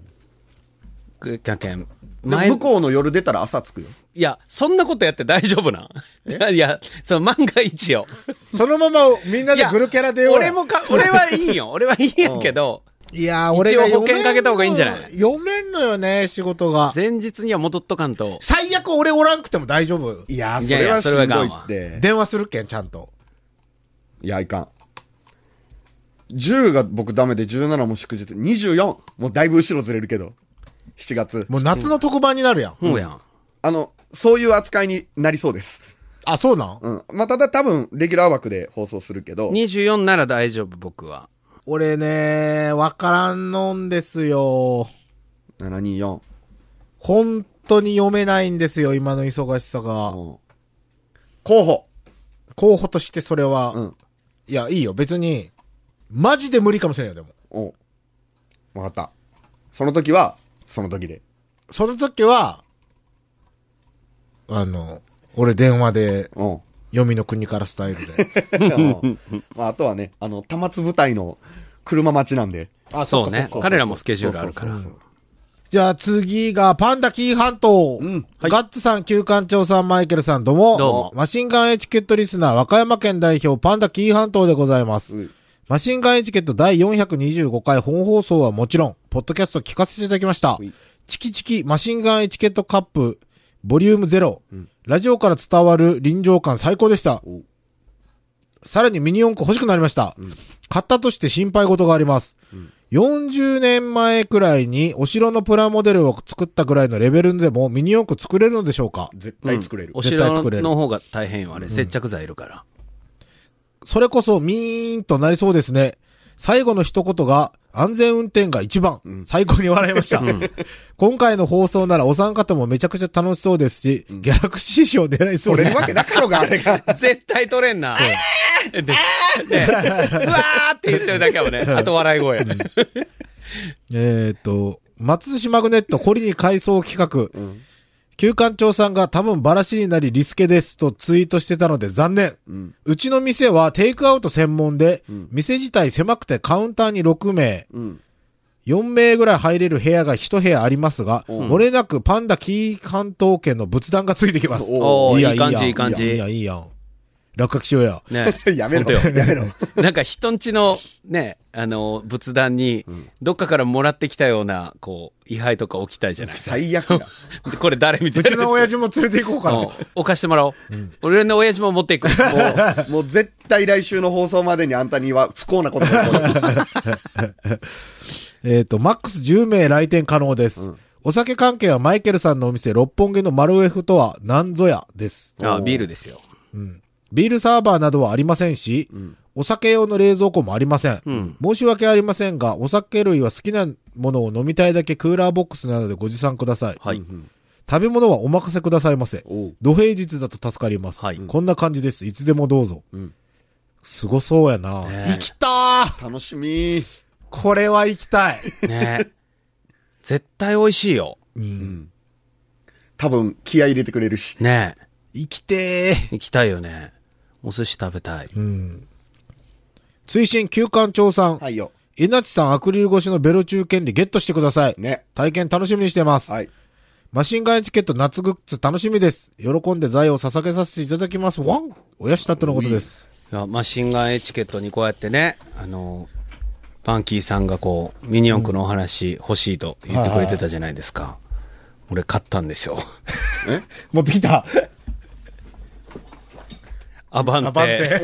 [SPEAKER 3] グルキャケン。前
[SPEAKER 4] 向こうの夜出たら朝着くよ。
[SPEAKER 3] いや、そんなことやって大丈夫なん いや、その万が一よ。
[SPEAKER 2] そのままみんないで
[SPEAKER 3] や
[SPEAKER 2] グルキャラでようや
[SPEAKER 3] 俺も か、俺はいいよ。俺はいいんやけど、
[SPEAKER 2] いやー、俺が
[SPEAKER 3] 一応保険かけた方がいいんじゃない
[SPEAKER 2] 読めんのよね、仕事が。
[SPEAKER 3] 前日には戻っとかんと。
[SPEAKER 2] 最悪俺おらんくても大丈夫。
[SPEAKER 4] いやー、
[SPEAKER 3] い
[SPEAKER 4] そ
[SPEAKER 3] やい
[SPEAKER 4] れは
[SPEAKER 3] や
[SPEAKER 4] しんどいっ
[SPEAKER 3] それ
[SPEAKER 4] て。
[SPEAKER 2] 電話するけん、ちゃんと。
[SPEAKER 4] いや、いかん。10が僕ダメで、17も祝日、24! もうだいぶ後ろずれるけど。7月。
[SPEAKER 2] もう夏の特番になるやん。
[SPEAKER 3] そうやん。
[SPEAKER 4] あの、そういう扱いになりそうです。
[SPEAKER 2] あ、そうなん
[SPEAKER 4] うん。まあ、ただ多分、レギュラー枠で放送するけど。
[SPEAKER 3] 24なら大丈夫、僕は。
[SPEAKER 2] 俺ね、わからんのんですよ。
[SPEAKER 4] 724。
[SPEAKER 2] 本当に読めないんですよ、今の忙しさが。
[SPEAKER 4] うん候補。
[SPEAKER 2] 候補としてそれは。
[SPEAKER 4] うん。
[SPEAKER 2] いや、いいよ、別に。マジで無理かもしれないよ、でも。
[SPEAKER 4] おわかった。その時は、その時で。
[SPEAKER 2] その時は、あの、俺電話で、
[SPEAKER 4] うん。
[SPEAKER 2] 読みの国からスタイル で。
[SPEAKER 4] うんまあ、あとはね、あの、玉津部隊の車待ちなんで。
[SPEAKER 2] あ
[SPEAKER 3] そうね
[SPEAKER 4] そうそうそうそう。
[SPEAKER 3] 彼らもスケジュールあるから。
[SPEAKER 2] じゃあ次が、パンダキー半島。
[SPEAKER 4] ん
[SPEAKER 2] ガッツさん、旧館長さん、マイケルさん、どうも。
[SPEAKER 3] どうも
[SPEAKER 2] マシンガンエチケットリスナー、和歌山県代表、パンダキー半島でございます。
[SPEAKER 4] うん
[SPEAKER 2] マシンガンエチケット第425回本放送はもちろん、ポッドキャスト聞かせていただきました
[SPEAKER 4] い。
[SPEAKER 2] チキチキマシンガンエチケットカップ、ボリューム0。ラジオから伝わる臨場感最高でした
[SPEAKER 4] お。
[SPEAKER 2] さらにミニ四駆欲しくなりました。買ったとして心配事があります。40年前くらいにお城のプラモデルを作ったぐらいのレベルでもミニ四駆作れるのでしょうか
[SPEAKER 4] 絶対作れる。
[SPEAKER 3] お
[SPEAKER 2] 絶対作れ
[SPEAKER 3] 城
[SPEAKER 2] る
[SPEAKER 3] の方が大変よ、あれ。接着剤いるから。
[SPEAKER 2] それこそミーンとなりそうですね。最後の一言が、安全運転が一番、最高に笑いました。今回の放送ならお三方もめちゃくちゃ楽しそうですし、ギャラクシー賞狙いそう
[SPEAKER 4] 取
[SPEAKER 2] で
[SPEAKER 4] れ
[SPEAKER 2] す
[SPEAKER 4] るわけなかろうが、あれが。
[SPEAKER 3] 絶対取れんな。で、で、うわーって言ってるだけやもんね。あと笑い声。
[SPEAKER 2] えーっと、松寿司マグネット、コリに改装企画。旧館長さんが多分バラシになりリスケですとツイートしてたので残念。う
[SPEAKER 4] うん
[SPEAKER 2] ちの店はテイクアウト専門で、
[SPEAKER 4] うん
[SPEAKER 2] 店自体狭くてカウンターに6名、
[SPEAKER 4] うん。
[SPEAKER 2] 4名ぐらい入れる部屋が1部屋ありますが、
[SPEAKER 4] うん
[SPEAKER 2] 漏れなくパンダ紀伊関東圏の仏壇がついてきます。
[SPEAKER 3] おー
[SPEAKER 2] や
[SPEAKER 3] いい感じ
[SPEAKER 2] や
[SPEAKER 3] いい感じ
[SPEAKER 2] いいやん、いいやん。落書きしようや。
[SPEAKER 3] ね
[SPEAKER 4] やめ ろ
[SPEAKER 3] 本当よ
[SPEAKER 4] やめろ
[SPEAKER 3] なんか人んちのね、あの、仏壇に、どっかからもらってきたような、こう、位牌とか置きたいじゃない ですか。
[SPEAKER 4] 最悪だ。
[SPEAKER 3] でこれ誰みた
[SPEAKER 2] う
[SPEAKER 3] いな。
[SPEAKER 2] ちの親父も連れて行こうか
[SPEAKER 3] うん
[SPEAKER 2] な。
[SPEAKER 3] 置かしてもらおう。俺の親父も 持っていく。もう
[SPEAKER 4] もう絶対来週の放送までにあんたには不幸なことが起こ る。
[SPEAKER 2] えっ、と、マックス10名来店可能です。お酒関係はマイケルさんのお店、六本木のマルエフとは何ぞやです。
[SPEAKER 3] あビールですよ。
[SPEAKER 2] ビールサーバーなどはありませんし、お酒用の冷蔵庫もありません,、
[SPEAKER 3] ん
[SPEAKER 2] 申し訳ありませんが、お酒類は好きなものを飲みたいだけクーラーボックスなどでご持参ください。
[SPEAKER 3] はい。
[SPEAKER 2] 食べ物はお任せくださいませ。
[SPEAKER 4] おう
[SPEAKER 2] 土平日だと助かります、
[SPEAKER 3] はい
[SPEAKER 2] こんな感じです。いつでもどうぞ。すごそうやな。
[SPEAKER 3] ねえ
[SPEAKER 2] 行きたー
[SPEAKER 4] 楽しみ。
[SPEAKER 2] これは行きたい。
[SPEAKER 3] ね絶対美味しいよ。
[SPEAKER 4] 多分気合い入れてくれるし。
[SPEAKER 3] ね
[SPEAKER 2] 行きてー。
[SPEAKER 3] 行きたいよね。お寿司食べたい。
[SPEAKER 2] 追伸休館長さん。
[SPEAKER 4] はいよ。
[SPEAKER 2] 稲地さんアクリル越しのベロ中権利ゲットしてください。
[SPEAKER 4] ね。
[SPEAKER 2] 体験楽しみにしてます。
[SPEAKER 4] はい。
[SPEAKER 2] マシンガンエチケット夏グッズ楽しみです。喜んで財を捧げさせていただきます。ワンおやしたってのことです。
[SPEAKER 3] いやマシンガンエチケットにこうやってね、あの、パンキーさんがこう、ミニ四駆のお話欲しいと言ってくれてたじゃないですか。俺買ったんですよ。
[SPEAKER 2] 持ってきた。
[SPEAKER 3] アバンテ。
[SPEAKER 2] アバンテ。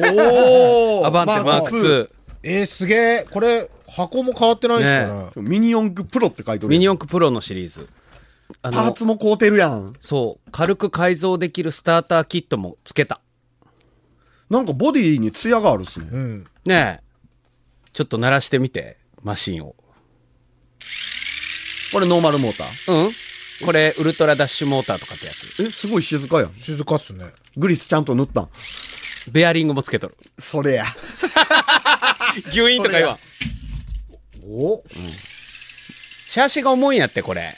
[SPEAKER 4] お
[SPEAKER 3] アバンテマーク2。
[SPEAKER 2] えー、すげえ。これ、箱も変わってないですから、ね。
[SPEAKER 4] ミニ四駆プロって書いてる。
[SPEAKER 3] ミニ四駆プロのシリーズ。あ
[SPEAKER 4] パー
[SPEAKER 3] の、
[SPEAKER 4] ツも凍ってるやん。
[SPEAKER 3] そう、軽く改造できるスターターキットもつけた。
[SPEAKER 4] なんかボディにツヤがあるっすね。
[SPEAKER 2] うん。
[SPEAKER 3] ねえ。ちょっと鳴らしてみて、マシンを。
[SPEAKER 4] これノーマルモーター。
[SPEAKER 3] うんこれ、ウルトラダッシュモーターとかってやつ。
[SPEAKER 4] え、すごい静かやん。
[SPEAKER 2] 静かっすね。
[SPEAKER 4] グリスちゃんと塗ったん。
[SPEAKER 3] ベアリングもつけとる。
[SPEAKER 4] それや。
[SPEAKER 3] ギュイーンとか言わん。
[SPEAKER 2] お
[SPEAKER 3] シャーシが重いんやって、これ。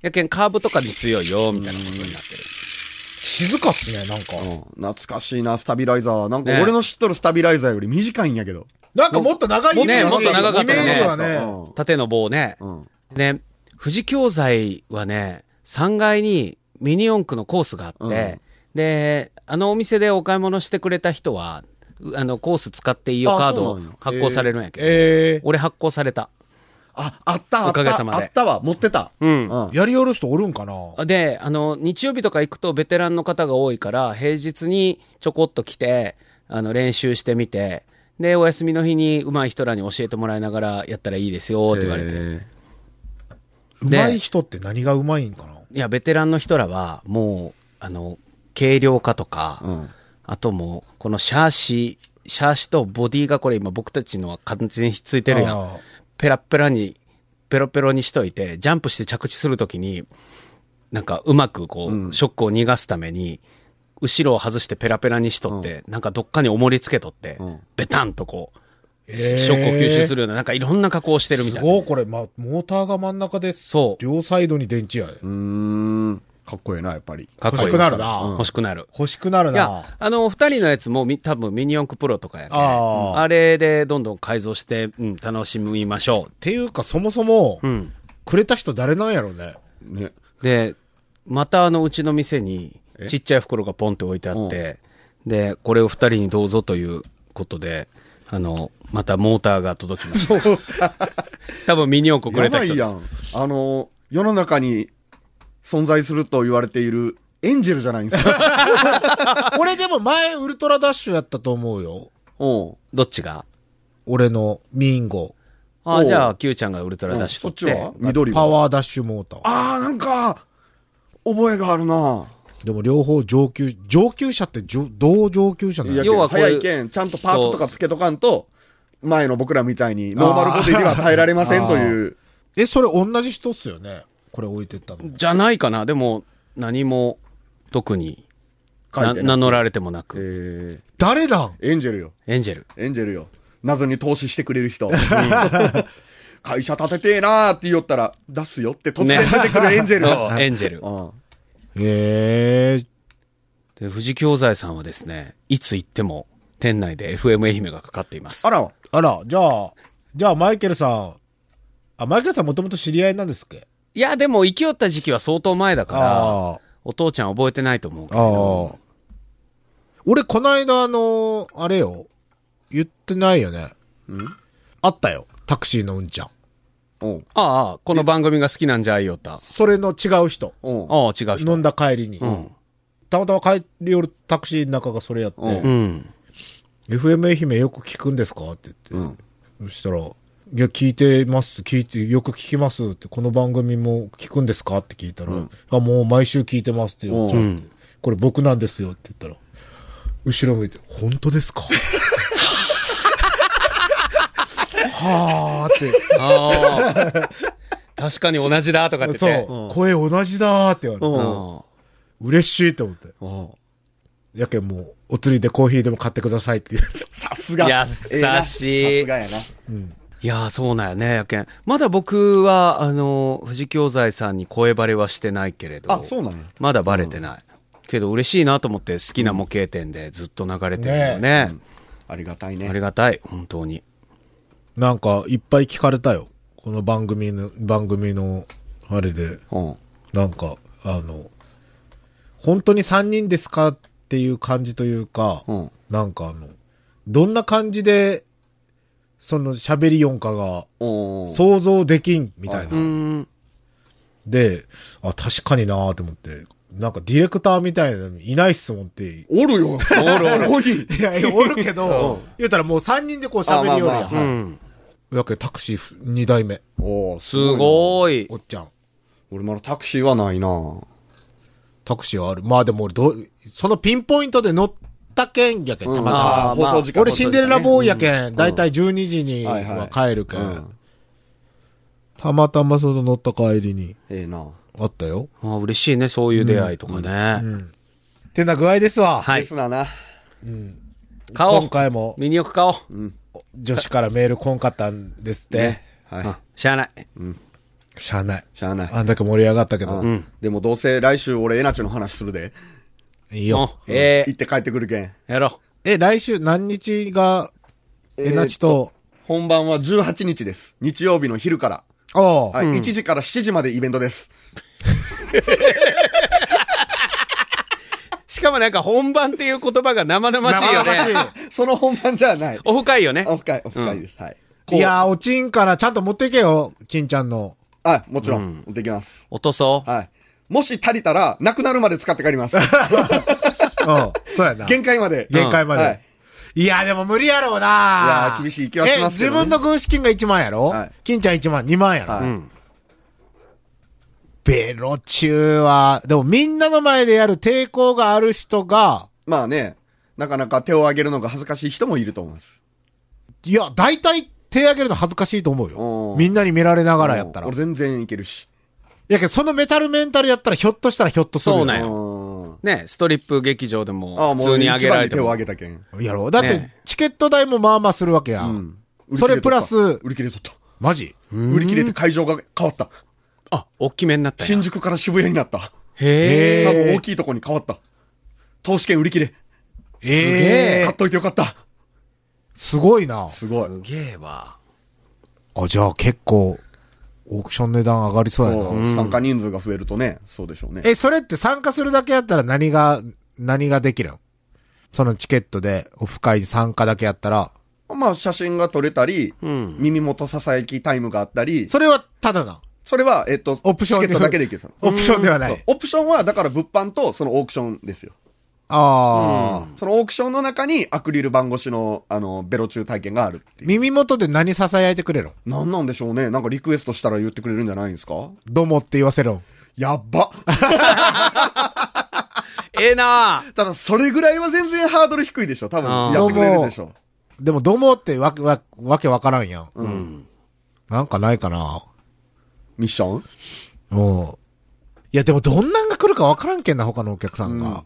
[SPEAKER 3] やけん、カーブとかに強いよ、みたいなことになってる。
[SPEAKER 2] 静かっすね、なんか。
[SPEAKER 4] うん懐かしいな、スタビライザー。なんか俺の知っとるスタビライザーより短いんやけど。
[SPEAKER 2] なんかもっと長いイメージ
[SPEAKER 3] ねもっと長かったね
[SPEAKER 2] イメージはね。
[SPEAKER 4] うん
[SPEAKER 3] 縦の棒ね。
[SPEAKER 4] うん。
[SPEAKER 3] で、富士教材はね、3階にミニ四駆のコースがあって、
[SPEAKER 4] うん
[SPEAKER 3] で、あのお店でお買い物してくれた人は、うあの、コース使っていいよ
[SPEAKER 4] あ
[SPEAKER 3] カー
[SPEAKER 4] そうなんや
[SPEAKER 3] ド発行されるんやけど、
[SPEAKER 2] え
[SPEAKER 3] 俺発行された。
[SPEAKER 4] あ、あった、あった。
[SPEAKER 3] おかげさまで
[SPEAKER 4] あったわ、持ってた。
[SPEAKER 3] うん
[SPEAKER 2] ー、やりよる人おるんかな
[SPEAKER 3] で、あの、日曜日とか行くとベテランの方が多いから、平日にちょこっと来て、あの、練習してみて、で、お休みの日に上手い人らに教えてもらいながらやったらいいですよって言われて。
[SPEAKER 4] て。
[SPEAKER 2] うまい人って何がうまいんかない
[SPEAKER 3] や、ベテランの人らは、もう、あの、軽量化とか、
[SPEAKER 4] うん
[SPEAKER 3] あともう、このシャーシ、シャーシとボディがこれ今僕たちのは完全にひっついてるや
[SPEAKER 2] あ
[SPEAKER 3] ん
[SPEAKER 2] ー。
[SPEAKER 3] ペラッペラに、ペロペロにしといて、ジャンプして着地するときに、なんかうまくこう、ショックを逃がすために、後ろを外してペラペラにしとって、なんかどっかに重りつけとって、ベタンとこう、
[SPEAKER 2] へー
[SPEAKER 3] ショックを吸収するような、なんかいろんな加工をしてるみたいな。
[SPEAKER 2] おーこれ、ま、モーターが真ん中です。
[SPEAKER 3] そう
[SPEAKER 2] 両サイドに電池やで。
[SPEAKER 4] うーん。かっこええな、やっぱり。
[SPEAKER 3] かっこいい
[SPEAKER 2] 欲しくなるな
[SPEAKER 3] うん欲しくなる。
[SPEAKER 2] 欲しくなる
[SPEAKER 3] いや
[SPEAKER 2] な、
[SPEAKER 3] あの、お二人のやつもみ、多分ミニ四駆プロとかやけん
[SPEAKER 2] あー
[SPEAKER 3] あれでどんどん改造して、うん、楽しみましょ
[SPEAKER 2] っていうか、そもそも
[SPEAKER 3] う。、うん。
[SPEAKER 2] くれた人誰なんやろう ね。
[SPEAKER 4] ね。
[SPEAKER 3] で、またあの、うちの店に、ちっちゃい袋がポンって置いてあって、で、これを二人にどうぞということで、あの、またモーターが届きま した。多分ミニ四駆く
[SPEAKER 4] や
[SPEAKER 3] れた
[SPEAKER 4] ば
[SPEAKER 3] 人
[SPEAKER 4] い
[SPEAKER 3] で
[SPEAKER 4] や
[SPEAKER 3] す
[SPEAKER 4] ん。。あの、世の中に存在すると言われているエンジェルじゃない んですか。
[SPEAKER 2] 俺でも前、ウルトラダッシュやったと思うよ。
[SPEAKER 4] うん。
[SPEAKER 3] どっちが
[SPEAKER 2] 俺のミンゴ。
[SPEAKER 3] あ
[SPEAKER 4] お
[SPEAKER 3] あ、
[SPEAKER 4] う
[SPEAKER 3] じゃあ、キューちゃんがウルトラダッシュ
[SPEAKER 4] そっち
[SPEAKER 3] 取って
[SPEAKER 4] は、緑
[SPEAKER 2] パ
[SPEAKER 4] は。
[SPEAKER 2] ワーダッシュモーター。
[SPEAKER 4] あー、なんか、覚えがあるな。
[SPEAKER 2] でも両方上級、上級者ってじょどう上級者なの
[SPEAKER 3] いや要はこういう
[SPEAKER 4] 早いけん、ちゃんとパーツとかつけとかんと、前の僕らみたいにノーマルボディには耐えられませんという。
[SPEAKER 2] え、それ同じ人っすよね。これ置いてったの。
[SPEAKER 3] じゃないかな。でも、何も、特に、
[SPEAKER 4] 書い
[SPEAKER 3] な
[SPEAKER 4] てない
[SPEAKER 3] 名乗られてもなく、
[SPEAKER 4] え
[SPEAKER 2] 誰なん
[SPEAKER 4] ーエンジェルよ。
[SPEAKER 3] エンジェル。
[SPEAKER 4] エンジェルよ。謎に投資してくれる人。 会社建ててえなーって言おったら、出すよって突然出てくるエンジェル。
[SPEAKER 3] のエンジェル
[SPEAKER 4] う。ん
[SPEAKER 2] ええ
[SPEAKER 3] で、富士教材さんはですね、いつ行っても店内で FM 愛媛がかかっています。
[SPEAKER 4] あら、
[SPEAKER 2] あら、じゃあ、じゃあマイケルさん。あ、マイケルさんもともと知り合いなんですっけ
[SPEAKER 3] いや、でも生きよった時期は相当前だから、
[SPEAKER 2] あ
[SPEAKER 3] お父ちゃん覚えてないと思うけ
[SPEAKER 2] あ。
[SPEAKER 3] ど、
[SPEAKER 2] ああ。俺、こないだあの、あれよ。言ってないよね。あったよ。タクシーのうんちゃん。
[SPEAKER 4] おう
[SPEAKER 3] ああ、この番組が好きなんじゃいよった。あ
[SPEAKER 2] それの違う人。
[SPEAKER 3] あ、
[SPEAKER 4] おう
[SPEAKER 3] 違う人。
[SPEAKER 2] 飲んだ帰りに。
[SPEAKER 3] うん。
[SPEAKER 2] たまたま帰り寄るタクシーの中がそれやって。
[SPEAKER 4] うん
[SPEAKER 3] うん。
[SPEAKER 2] FM 愛媛よく聞くんですかって言って、そしたら「いや聞いてます聞いてよく聞きます」って「この番組も聞くんですか?」って聞いたら、あ「もう毎週聞いてます」って言っちゃって、これ僕なんですよ」って言ったら後ろ向いて「本当ですか? 」はあ って
[SPEAKER 3] あ あ。確かに同じだとかって
[SPEAKER 2] そ
[SPEAKER 3] 言って。
[SPEAKER 2] う、声同じだーって言われて、
[SPEAKER 4] うん
[SPEAKER 3] あ
[SPEAKER 2] 嬉しいと思って
[SPEAKER 4] お
[SPEAKER 2] やけんもうお釣りでコーヒーでも買ってくださいって言って
[SPEAKER 4] うさすが。
[SPEAKER 3] 優しい
[SPEAKER 4] ええなさすがや
[SPEAKER 3] いやー、そうなんやね、やけん。まだ僕は、あの、富士教材さんに声バレはしてないけれど。
[SPEAKER 4] な。あ、そうなんや。
[SPEAKER 3] まだバレてない。けど嬉しいなと思って好きな模型店でずっと流れてるよね。
[SPEAKER 4] ありがたい
[SPEAKER 3] あり
[SPEAKER 4] ね。
[SPEAKER 3] がたい、本当に。
[SPEAKER 2] なんかいっぱい聞かれたよこの番組の番組のあれで
[SPEAKER 4] おう
[SPEAKER 2] なんか、あの、本当に3人ですかっていう感じというか、
[SPEAKER 4] うん
[SPEAKER 2] なんかあの、どんな感じで、その喋り音かが
[SPEAKER 4] おう
[SPEAKER 2] 想像できんみたいな。
[SPEAKER 3] うん。
[SPEAKER 2] で、あ、確かになーって思って、なんかディレクターみたいなのいないっすもんって。い
[SPEAKER 4] おるよ。お るおる。おい。
[SPEAKER 2] や、いやおるけど、言うたらもう3人でこう喋りよるやん。
[SPEAKER 4] あまあまあ
[SPEAKER 3] うん。
[SPEAKER 2] やけんタクシー2台目、
[SPEAKER 4] おう
[SPEAKER 3] すごい
[SPEAKER 2] お。っちゃん。
[SPEAKER 4] 俺まだタクシーはないな
[SPEAKER 2] タクシーはある。まあでも俺どう、そのピンポイントで乗ったけんやけん、たまたま。
[SPEAKER 4] あ
[SPEAKER 3] あー
[SPEAKER 4] あ、放
[SPEAKER 3] まあ
[SPEAKER 4] 送時間。
[SPEAKER 2] 俺シンデレラボーイやけん、だい
[SPEAKER 4] い。
[SPEAKER 2] たい12時に
[SPEAKER 4] はいはい
[SPEAKER 2] は帰るけ
[SPEAKER 4] うんん。
[SPEAKER 2] たまたまその乗った帰りに
[SPEAKER 4] ええな
[SPEAKER 2] あったよ。
[SPEAKER 3] あー嬉しいね、そういう出会いとかね。
[SPEAKER 2] てな具合ですわ。
[SPEAKER 3] はい
[SPEAKER 4] で。すなな。
[SPEAKER 3] 買お
[SPEAKER 2] 今
[SPEAKER 3] う。
[SPEAKER 2] 回も
[SPEAKER 3] ミニ欲買おう。
[SPEAKER 2] 女子からメールこんかったんですって
[SPEAKER 4] ね。。はい
[SPEAKER 3] あ。しゃあない。
[SPEAKER 2] しゃあない。
[SPEAKER 4] しゃあない。
[SPEAKER 2] あんだけ盛り上がったけど。
[SPEAKER 4] でもどうせ来週俺エナチの話するで。
[SPEAKER 2] いい
[SPEAKER 3] も
[SPEAKER 2] よ。
[SPEAKER 3] うえ
[SPEAKER 4] 行って帰ってくるけん。
[SPEAKER 3] えやろ
[SPEAKER 2] え、来週何日が、
[SPEAKER 4] ー
[SPEAKER 2] えなちと、
[SPEAKER 4] 本番は18日です。日曜日の昼から。
[SPEAKER 2] あ
[SPEAKER 4] はい。1時から7時までイベントです。
[SPEAKER 3] う。しかもなんか本番っていう言葉が生々しいよ
[SPEAKER 2] 生
[SPEAKER 3] ね。
[SPEAKER 2] 々し
[SPEAKER 4] その本番じゃない。
[SPEAKER 3] オフ会よね。
[SPEAKER 4] オフ会、オフ会です。はい。
[SPEAKER 2] い。いやー、落ちんからちゃんと持っていけよ、金ちゃんの。
[SPEAKER 4] あ、もちろん、持ってきます。
[SPEAKER 3] 落とそう。
[SPEAKER 4] はい。もし足りたら、なくなるまで使って帰ります。
[SPEAKER 2] うん、そうやな。
[SPEAKER 4] 限界まで。
[SPEAKER 2] 限界ま
[SPEAKER 4] はい
[SPEAKER 2] で。いや、でも無理やろうな。
[SPEAKER 4] いやー厳しい気はしますけ
[SPEAKER 2] え、
[SPEAKER 4] どね
[SPEAKER 2] 自分の軍資金が1万やろ、
[SPEAKER 4] はい
[SPEAKER 2] 金ちゃん1万、2万やろ、
[SPEAKER 4] はい
[SPEAKER 3] うん。
[SPEAKER 2] ベロ中は、でもみんなの前でやる抵抗がある人が、
[SPEAKER 4] まあね、なかなか手を挙げるのが恥ずかしい人もいると思います。
[SPEAKER 2] いや、大体手挙げるの恥ずかしいと思う
[SPEAKER 4] う
[SPEAKER 2] よ。
[SPEAKER 4] ん
[SPEAKER 2] みんなに見られながらやったら。
[SPEAKER 4] 俺
[SPEAKER 2] い
[SPEAKER 4] 全然いけるし。
[SPEAKER 2] やけど、そのメタルメンタルやったらひょっとしたらひょっとするよ。
[SPEAKER 3] そうなん
[SPEAKER 4] う
[SPEAKER 3] よ
[SPEAKER 4] ん。
[SPEAKER 3] ね、ストリップ劇場で
[SPEAKER 4] あ
[SPEAKER 3] も
[SPEAKER 4] あ、も
[SPEAKER 3] 普通
[SPEAKER 4] う
[SPEAKER 3] にあ
[SPEAKER 4] 一
[SPEAKER 3] げら
[SPEAKER 4] 番
[SPEAKER 3] れ
[SPEAKER 4] に
[SPEAKER 3] て
[SPEAKER 4] 手を
[SPEAKER 3] も。
[SPEAKER 4] 挙げたけん。
[SPEAKER 2] やろだって
[SPEAKER 3] ね、
[SPEAKER 2] チケット代もまあまあするわけや。
[SPEAKER 4] うん
[SPEAKER 2] それプラス
[SPEAKER 4] 売り切れとった。
[SPEAKER 2] マジ
[SPEAKER 4] 売り切れて会場が変わった。
[SPEAKER 3] あ、大きめになったよ
[SPEAKER 4] 新宿から渋谷になった。
[SPEAKER 3] へ
[SPEAKER 2] えー
[SPEAKER 3] え。
[SPEAKER 4] なんか大きいとこに変わった。投資券売り切れ。
[SPEAKER 2] す
[SPEAKER 3] げえ
[SPEAKER 4] 買っといてよかった。
[SPEAKER 2] すごいな。
[SPEAKER 4] すごい。
[SPEAKER 3] すげえわ。
[SPEAKER 2] あ、じゃあ結構、オークション値段上がりそうやな。
[SPEAKER 4] そう、参加人数が増えるとね、そうでしょうね。
[SPEAKER 2] え、それって参加するだけやったら何が、何ができるんそのチケットでオフ会に参加だけやったら、
[SPEAKER 4] まあ、写真が撮れたり、
[SPEAKER 3] ん
[SPEAKER 4] 耳元ささやきタイムがあったり、そ
[SPEAKER 2] それはただな。
[SPEAKER 4] れは、えっと、
[SPEAKER 2] オプション
[SPEAKER 4] チケットだけでいけるんですよ
[SPEAKER 2] オプションではな
[SPEAKER 4] そう
[SPEAKER 2] い。
[SPEAKER 4] オプションは、だから物販と、そのオークションですよ。
[SPEAKER 2] ああ、
[SPEAKER 4] そのオークションの中に、アクリル板越しの、あの、ベロ中体験があるっていう。
[SPEAKER 2] 耳元で何囁いてくれるん
[SPEAKER 4] なんなんでしょうね。なんかリクエストしたら言ってくれるんじゃないんですか
[SPEAKER 2] どうもって言わせるん
[SPEAKER 4] やっば。
[SPEAKER 3] ええな
[SPEAKER 4] ただ、それぐらいは全然ハードル低いでしょ。多分、
[SPEAKER 3] あー
[SPEAKER 4] やってくれるでしょ。
[SPEAKER 2] でもどうもってわけ、わ、わけわからんやん。
[SPEAKER 4] うん。
[SPEAKER 2] なんかないかな。
[SPEAKER 4] ミッション
[SPEAKER 2] もう。いやでもどんなんが来るかわからんけんな、他のお客さんが。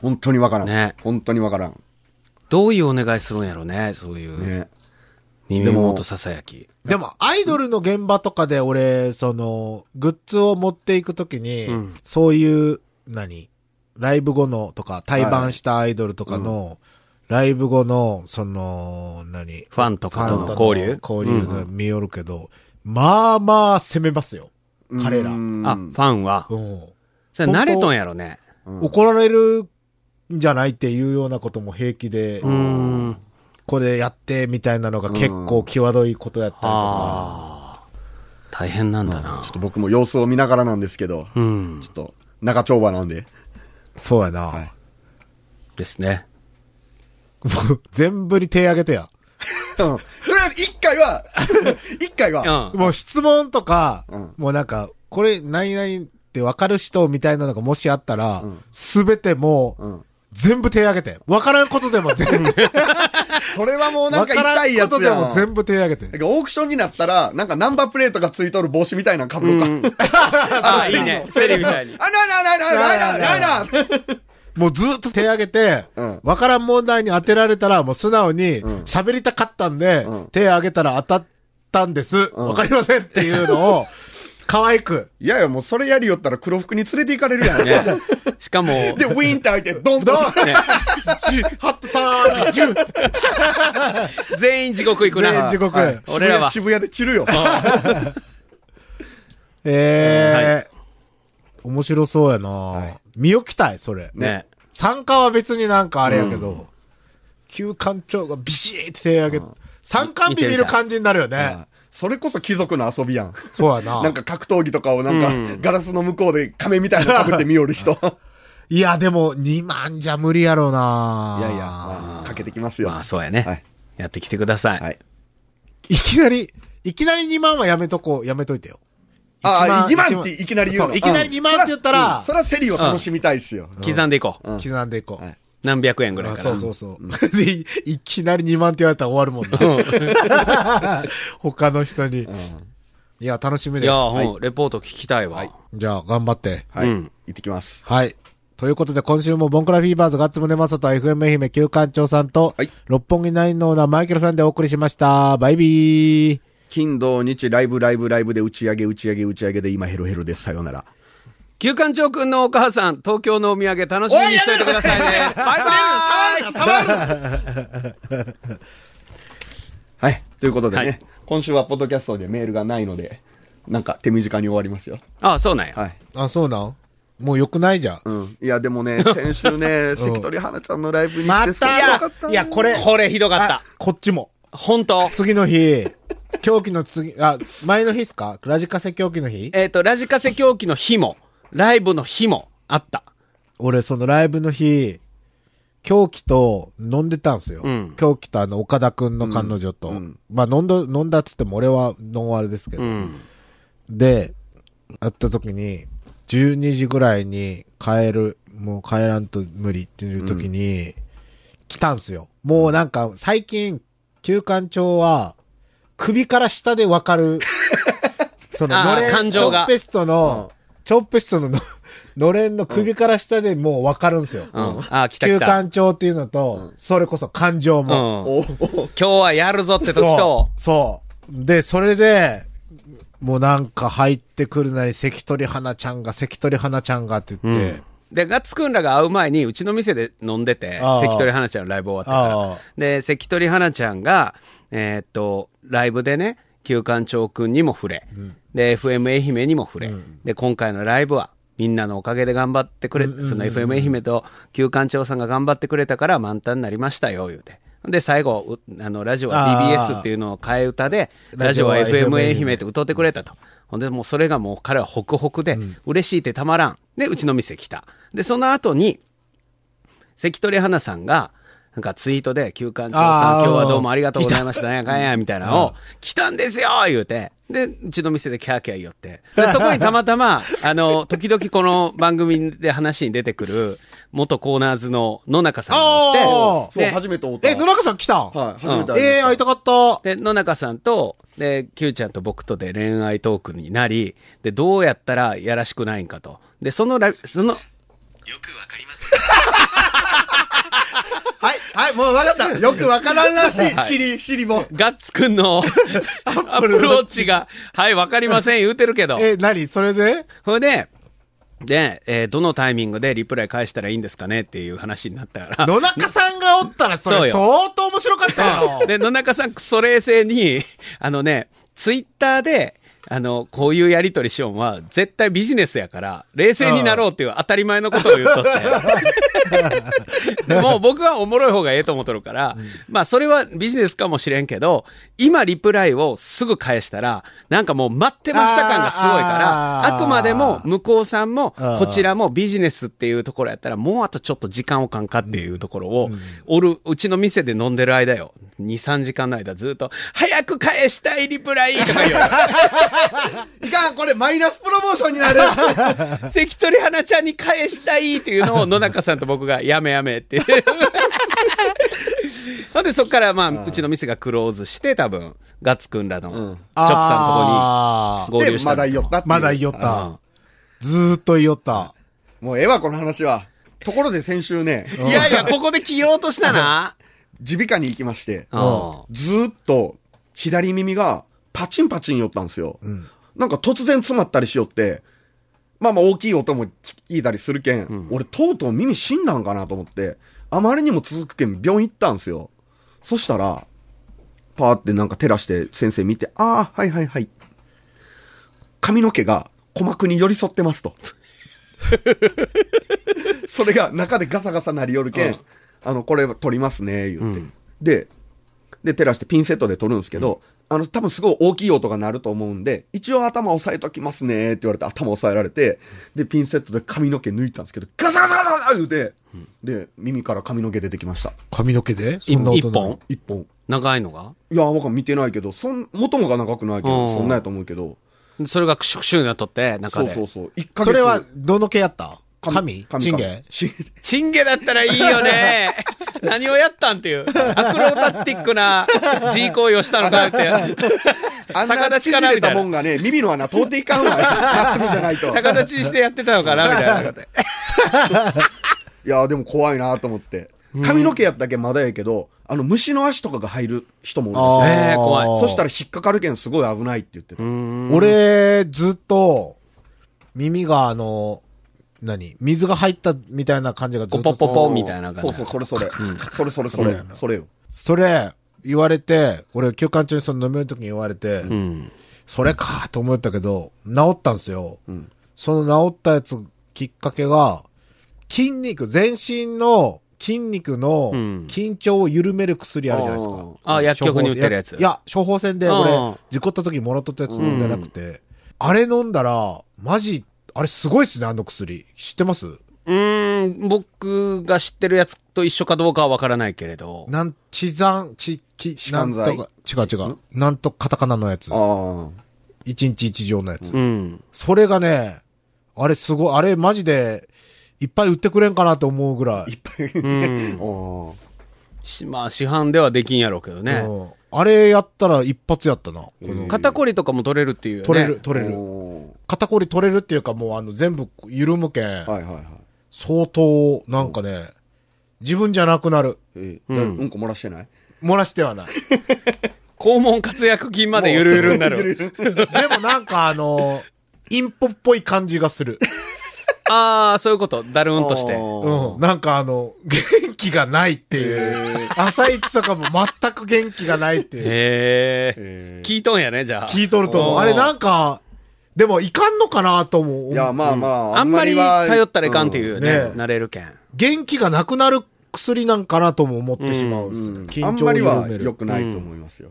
[SPEAKER 4] 本当にわからん。
[SPEAKER 3] ね
[SPEAKER 4] 本当にわからん。
[SPEAKER 3] どういうお願いするんやろね、そういう。
[SPEAKER 4] ね。
[SPEAKER 3] 耳元ささやき。
[SPEAKER 2] でも、アイドルの現場とかで俺、その、グッズを持っていくときに、そういう何ライブ後のとか、対バンしたアイドルとかの、ライブ後の、その、何
[SPEAKER 3] ファンとかとの交流
[SPEAKER 2] 交流が見よるけど、まあまあ攻めますよ。彼ら。
[SPEAKER 4] う
[SPEAKER 2] うん
[SPEAKER 3] あ、ファンは。
[SPEAKER 2] ん。
[SPEAKER 3] それ慣れとんやろね。
[SPEAKER 2] 怒られるんじゃないっていうようなことも平気で、
[SPEAKER 3] うん。
[SPEAKER 2] これやってみたいなのが結構際どいことやったりとか、
[SPEAKER 3] ああ。大変なんだな
[SPEAKER 4] ちょ。っと僕も様子を見ながらなんですけど、
[SPEAKER 3] うん。
[SPEAKER 4] ちょっと、長丁場なんで。
[SPEAKER 2] そうやな。
[SPEAKER 4] い
[SPEAKER 3] ですね。
[SPEAKER 2] もう全部に手挙げてや。
[SPEAKER 4] とりあえず、一回は、一回
[SPEAKER 3] う
[SPEAKER 4] は、
[SPEAKER 3] ん。
[SPEAKER 2] もう質問とか、
[SPEAKER 4] うん
[SPEAKER 2] もうなんか、これ何々って分かる人みたいなのがもしあったら、すべてもう、
[SPEAKER 4] うん
[SPEAKER 2] 全部手挙げて。分からんことでも 全部、
[SPEAKER 4] それはもうなん
[SPEAKER 2] 分
[SPEAKER 4] か
[SPEAKER 2] から
[SPEAKER 4] 痛
[SPEAKER 2] ん
[SPEAKER 4] い
[SPEAKER 2] こ
[SPEAKER 4] や
[SPEAKER 2] と
[SPEAKER 4] つ
[SPEAKER 2] で
[SPEAKER 4] やん。
[SPEAKER 2] も全部手挙げ
[SPEAKER 4] な
[SPEAKER 2] て
[SPEAKER 4] ん。かオークションになったら、なんかナンバープレートがついとる帽子みたいなの被ろうか。
[SPEAKER 3] ああ、いいね。セリみたいに。
[SPEAKER 4] あ、ないないないないないないないない
[SPEAKER 2] もうずっと手挙げて、
[SPEAKER 4] うん
[SPEAKER 2] 分からん問題に当てられたら、もう素直に、喋りたかったんで、
[SPEAKER 4] うん
[SPEAKER 2] 手挙げたら当たったんです。わ、かりませんっていうのを、可愛く。
[SPEAKER 4] いやいや、もうそれやりよったら黒服に連れて行かれるやん。
[SPEAKER 3] ね。しかも、
[SPEAKER 4] で、ウィーンって開いて、ドン
[SPEAKER 2] ど
[SPEAKER 4] ド
[SPEAKER 2] う
[SPEAKER 4] ン。
[SPEAKER 2] しハットさん、ジュー
[SPEAKER 3] 全員地獄行く
[SPEAKER 2] 全員
[SPEAKER 3] な。
[SPEAKER 2] 地獄。
[SPEAKER 4] はい
[SPEAKER 3] 俺らは
[SPEAKER 4] 渋谷渋谷で散るよ。
[SPEAKER 2] えー面白そうやな、見置きたい、それ。
[SPEAKER 3] ね。
[SPEAKER 2] 参加は別になんかあれやけど、旧館長がビシーって手挙げ、参観日見る感じになるよね。
[SPEAKER 4] それこそ貴族の遊びやん。
[SPEAKER 2] そうやな。
[SPEAKER 4] なんか格闘技とかをなんか、ガラスの向こうで仮面みたいなの被って見よる人。
[SPEAKER 2] いや、でも、2万じゃ無理やろうない
[SPEAKER 4] やいや、まあかけてきますよ。
[SPEAKER 3] まあ、そうやね、
[SPEAKER 4] はい
[SPEAKER 3] やってきてください。
[SPEAKER 4] はい。
[SPEAKER 2] いきなり、いきなり2万はやめとこう、やめといてよ。
[SPEAKER 4] ああ、
[SPEAKER 2] 1
[SPEAKER 4] 2万っていきなり言う
[SPEAKER 2] そ
[SPEAKER 4] の。
[SPEAKER 2] いきなり2万って言ったら、
[SPEAKER 4] うんそれはセリを楽しみたいっすよ。
[SPEAKER 3] 刻んでいこう。
[SPEAKER 4] うん
[SPEAKER 2] 刻んでいこう。
[SPEAKER 4] はい
[SPEAKER 3] 何百円ぐらい
[SPEAKER 2] あ
[SPEAKER 3] かな。
[SPEAKER 2] そうそうそう。で、い いきなり2万って言われたら終わるもんな。 他の人に。いや、楽しみ
[SPEAKER 3] い
[SPEAKER 2] で
[SPEAKER 3] や
[SPEAKER 2] す。
[SPEAKER 3] ー、ほん、レポート聞きたいわ。
[SPEAKER 2] じゃあ、頑張って。
[SPEAKER 4] はい。
[SPEAKER 3] う
[SPEAKER 4] 行
[SPEAKER 3] ん
[SPEAKER 4] ってきます。
[SPEAKER 2] はい。ということで、今週もボンクラフィーバーズガッツムネマソと FM 愛媛旧館長さんと、
[SPEAKER 4] はい
[SPEAKER 2] 六本木ナインのオーナーマイケルさんでお送りしました。バイビー。
[SPEAKER 4] 金、土、日、ライブ、ライブ、ライブで打ち上げ、打ち上げ、打ち上げで今ヘロヘロです。さようなら。
[SPEAKER 3] 旧館長くんのお母さん、東京のお土産楽しみにしといてくださいね。バイバイ
[SPEAKER 4] はい。ということでね、
[SPEAKER 3] はい
[SPEAKER 4] 今週はポッドキャストでメールがないので、なんか手短に終わりますよ。
[SPEAKER 3] あ、そうなんや。
[SPEAKER 4] はい。
[SPEAKER 2] あ、そうなんもう良くないじゃん。
[SPEAKER 4] うん。いや、でもね、先週ね、関取花ちゃんのライブに行っ
[SPEAKER 2] ま
[SPEAKER 4] て
[SPEAKER 2] た
[SPEAKER 4] すごかった
[SPEAKER 2] いや、これ、
[SPEAKER 3] これひどかっ
[SPEAKER 2] あ
[SPEAKER 3] た。
[SPEAKER 2] こっちも。
[SPEAKER 3] 本当
[SPEAKER 2] 次の日、狂気の次、あ、前の日っすかラジカセ狂気の日
[SPEAKER 3] えっ、と、ラジカセ狂気の日も、ライブの日もあった。
[SPEAKER 2] 俺、そのライブの日、狂気と飲んでたんすよ。
[SPEAKER 3] うん
[SPEAKER 2] 狂気とあの、岡田くんの彼女と。まあ、飲んだ、飲んだっつっても俺はノンアルですけど。
[SPEAKER 3] うん。
[SPEAKER 2] で、会った時に、12時ぐらいに帰る、もう帰らんと無理っていう時に、来たんすよ。もうなんか、最近、休館長は、首から下でわか る、その、
[SPEAKER 3] あー
[SPEAKER 2] のれん、
[SPEAKER 3] 感情
[SPEAKER 2] チ
[SPEAKER 3] が
[SPEAKER 2] ョッペストの、チョッペストのの、のれんの首から下でもうわかるんすよ。
[SPEAKER 3] うん。あ、来た
[SPEAKER 2] 休
[SPEAKER 3] 来た。
[SPEAKER 2] 館長っていうのと、それこそ感情
[SPEAKER 3] うん。
[SPEAKER 2] も。
[SPEAKER 3] 今
[SPEAKER 4] おお
[SPEAKER 3] 日はやるぞって時
[SPEAKER 2] そ
[SPEAKER 3] と、
[SPEAKER 2] う。そう。で、それで、もうなんか入ってくるなり、関取花ちゃんが、関取花ちゃんがって言って、
[SPEAKER 3] で、ガッツくんらが会う前に、うちの店で飲んでて、
[SPEAKER 2] ああ
[SPEAKER 3] 関取花ちゃんのライブ終わって
[SPEAKER 2] あ
[SPEAKER 3] か
[SPEAKER 2] あ
[SPEAKER 3] ら。で、関取花ちゃんが、えーっと、ライブでね、旧館長くんにも触れ、で、FM 愛媛にも触れ、で、今回のライブは、みんなのおかげで頑張ってくれ、その FM 愛媛と旧館長さんが頑張ってくれたから満タンになりましたよ、言うて。で、最後、うあの、ラジオは
[SPEAKER 2] ああ
[SPEAKER 3] TBS っていうのを替え歌で、
[SPEAKER 2] ラ
[SPEAKER 3] ラ
[SPEAKER 2] ジ
[SPEAKER 3] ジ
[SPEAKER 2] オ
[SPEAKER 3] オ
[SPEAKER 2] は
[SPEAKER 3] は
[SPEAKER 2] FM
[SPEAKER 3] FM
[SPEAKER 2] 愛
[SPEAKER 3] 愛
[SPEAKER 2] 媛
[SPEAKER 3] 媛って歌ってくれたと。ほんで、もうそれがもう彼はホクホクで、嬉しいってたまらん。で、うちの店来た。で、その後に、関取花さんが、なんかツイートで、休館長さ
[SPEAKER 2] あー
[SPEAKER 3] ん、今日はどうもありがとうございました、なんやかんや、みたいなのを、来たんですよ言うて、で、うちの店でキャーキャー言って。で、そこにたまたま、あの、時々この番組で話に出てくる、元コーナーズの野中さんがお
[SPEAKER 2] あ
[SPEAKER 3] っ
[SPEAKER 2] ー
[SPEAKER 3] て、
[SPEAKER 4] そう、
[SPEAKER 3] で
[SPEAKER 4] 初めて会うた。
[SPEAKER 2] え、野中さん来た、
[SPEAKER 4] はい、初めて会いました
[SPEAKER 2] えー、会いたかった。
[SPEAKER 3] で、野中さんと、で、Q ちゃんと僕とで恋愛トークになり、で、どうやったらやらしくないんかと。で、そのライブ、その、
[SPEAKER 4] はい、はい、もう分か った。よく分からんらしい。シリ、シリも。
[SPEAKER 3] ガッツくんのアップルウォッチが、はい、わかりません、言うてるけど。
[SPEAKER 2] え、何それで
[SPEAKER 3] ほいで、で、えーどのタイミングでリプライ返したらいいんですかねっていう話になったから。
[SPEAKER 2] 野中さんがおったらそ
[SPEAKER 3] そう
[SPEAKER 2] れ
[SPEAKER 3] よ
[SPEAKER 2] 相当面白かったよ。
[SPEAKER 3] で、野中さん、クソ冷静に、 あのね、ツイッターで、あの、こういうやりとりしよんは、絶対ビジネスやから、冷静になろうっていう当たり前のことを言っと って。でも、僕はおもろい方がええと思っとるから、まあ、それはビジネスかもしれんけど、今、リプライをすぐ返したら、なんかもう待ってました感がすごいから、
[SPEAKER 2] あー
[SPEAKER 3] あくまでも、向こうさんも、
[SPEAKER 2] うん
[SPEAKER 3] こちらもビジネスっていうところやったら、もうあとちょっと時間をかんかっていうところを、おる、うちの店で飲んでる間よ。2、3時間の間ずっと、早く返したいリプライとか言う。
[SPEAKER 4] いかんこれマイナスプロモーション になる
[SPEAKER 3] 関取花ちゃんに返したいっていうのを野中さんと僕が、やめやめって。 なんでそっから、まあ、うちの店がクローズして、多分、ガッツくんらの、チョップさ
[SPEAKER 2] あ
[SPEAKER 3] ん
[SPEAKER 2] ー
[SPEAKER 3] とこに合流
[SPEAKER 4] で
[SPEAKER 3] し
[SPEAKER 4] ま
[SPEAKER 3] たの。
[SPEAKER 4] だ言おったっていう
[SPEAKER 2] まだ言おっ
[SPEAKER 3] う
[SPEAKER 2] た
[SPEAKER 3] ん。
[SPEAKER 2] ずーっと言おった。
[SPEAKER 4] もうええわこの話はところで先週ね
[SPEAKER 3] いやいや、ここで切ろうとしたな。
[SPEAKER 4] 耳鼻科に行きまして
[SPEAKER 3] うん
[SPEAKER 4] ずーっと左耳がパチンパチン寄ったんですよ、なんか突然詰まったりしよってまあまあ大きい音も聞いたりするけん、俺とうとう耳死んだんかなと思ってあまりにも続くけん病院行ったんですよそしたらパーってなんか照らして先生見てああはいはいはい髪の毛が鼓膜に寄り添ってますとそれが中でガサガサなりよるけん、あのこれ取りますね言って、でで、照らしてピンセットで撮るんですけど、あの、多分すごい大きい音が鳴ると思うんで、一応頭押さえときますねって言われて頭押さえられて、で、ピンセットで髪の毛抜いたんですけど、ガサガサガサガサ言うて、で、耳から髪の毛出てきました。
[SPEAKER 2] 髪の毛で
[SPEAKER 3] い
[SPEAKER 2] そんな音
[SPEAKER 3] 一
[SPEAKER 2] なの
[SPEAKER 3] 本
[SPEAKER 4] 一本。
[SPEAKER 3] 長いのが
[SPEAKER 4] いや、僕は見てないけど、そん、元もが長くないけ
[SPEAKER 3] うん
[SPEAKER 4] ど、そんなんやと思うけど、
[SPEAKER 3] それがクシュクシュになっとって、中
[SPEAKER 4] そう
[SPEAKER 3] で。
[SPEAKER 4] そうそう。一ヶ月。
[SPEAKER 2] それは、どの毛やった髪
[SPEAKER 4] 髪
[SPEAKER 2] チン ゲ
[SPEAKER 4] チンゲ
[SPEAKER 3] チンゲだったらいいよね。何をやったんっていう。アクロバティックな G 行為をしたのかって。
[SPEAKER 4] あん
[SPEAKER 3] 逆
[SPEAKER 4] な
[SPEAKER 3] 立ち
[SPEAKER 4] 縮
[SPEAKER 3] かなみ
[SPEAKER 4] れ
[SPEAKER 3] た
[SPEAKER 4] た
[SPEAKER 3] い
[SPEAKER 4] も
[SPEAKER 3] な。
[SPEAKER 4] んがね、耳の穴通っていかんわ。まっすぐじゃないと。
[SPEAKER 3] 逆立ちしてやってたのかなみたいな。
[SPEAKER 4] いやーでも怖いなと思って。髪の毛やったけんまだやけど、あの、虫の足とかが入る人もおるんですよ。
[SPEAKER 3] あえー怖い
[SPEAKER 4] そしたら引っかかるけんすごい危ないって言ってた。
[SPEAKER 2] 俺、ずっと、耳があの、何水が入ったみたいな感じがずっと。
[SPEAKER 3] ポポポポみたいな
[SPEAKER 4] そ
[SPEAKER 3] 感
[SPEAKER 4] う
[SPEAKER 3] じ
[SPEAKER 4] そう、。それそれ。それそれそれ。それよ。
[SPEAKER 2] それ、言われて、俺、休館中にその飲める時に言われて、
[SPEAKER 3] うん。
[SPEAKER 2] それかと思ったけど、治ったんですよ。その治ったやつ、きっかけが、筋肉、全身の筋肉の
[SPEAKER 3] うん
[SPEAKER 2] 緊張を緩める薬あるじゃないですか。
[SPEAKER 3] ああ、薬局に売ってるやつ。
[SPEAKER 2] いや、処方箋で
[SPEAKER 3] うん
[SPEAKER 2] 俺、事故った時もらっとったやつ飲んでなくて、あれ飲んだら、マジ、あれすごいっすね、あの薬。知ってます
[SPEAKER 3] うーん、僕が知ってるやつと一緒かどうかはわからないけれど。
[SPEAKER 2] なん、地山、地、き、
[SPEAKER 4] 止
[SPEAKER 2] なん
[SPEAKER 4] 汗剤
[SPEAKER 2] とか、違う違う。なんとカタカナのやつ。
[SPEAKER 4] あ
[SPEAKER 2] 一日一錠のやつ。
[SPEAKER 3] うん。
[SPEAKER 2] それがね、あれすごい、あれマジで、いっぱい売ってくれんかなと思うぐらい。いっぱ
[SPEAKER 3] うん。
[SPEAKER 4] あ。
[SPEAKER 3] しまあ、市販ではできんやろうけどね。
[SPEAKER 2] あれやったら一発やったな。この
[SPEAKER 3] 肩こりとかも取れるっていうよね。
[SPEAKER 2] 取れる、取れる。
[SPEAKER 4] お
[SPEAKER 2] 肩こり取れるっていうかもうあの全部緩むけん
[SPEAKER 4] ー。はいはいはい。
[SPEAKER 2] 相当、なんかね、自分じゃなくなる。
[SPEAKER 4] えーうん、うんこ漏らしてない
[SPEAKER 2] 漏らしては ない。
[SPEAKER 3] 肛門活躍筋までゆるゆるになる。
[SPEAKER 2] でもなんかあの、インポっぽい感じがする。
[SPEAKER 3] ああ、そういうこと。だるんとして。
[SPEAKER 2] うん。なんかあの、元気がないっていう。朝一とかも全く元気がないっていう。
[SPEAKER 3] へえ。
[SPEAKER 4] え
[SPEAKER 3] 聞いとんやね、じゃあ。
[SPEAKER 2] 聞いとると思う。
[SPEAKER 3] あー
[SPEAKER 2] あれなんか、でもいかんのかなとも思
[SPEAKER 4] ー
[SPEAKER 2] う。
[SPEAKER 4] いや、まあまあ。
[SPEAKER 3] あんまり
[SPEAKER 4] は
[SPEAKER 3] 頼ったらいかんっていう
[SPEAKER 2] うん
[SPEAKER 3] ね、
[SPEAKER 2] ね
[SPEAKER 3] なれるけん。
[SPEAKER 2] 元気がなくなる薬なんかなとも思ってしまうっすね、
[SPEAKER 4] うんあ
[SPEAKER 2] 緊
[SPEAKER 4] ん
[SPEAKER 2] 張
[SPEAKER 4] ま
[SPEAKER 2] を
[SPEAKER 4] りは
[SPEAKER 2] 緩め
[SPEAKER 4] 良
[SPEAKER 2] る。
[SPEAKER 4] くないと思いますよ。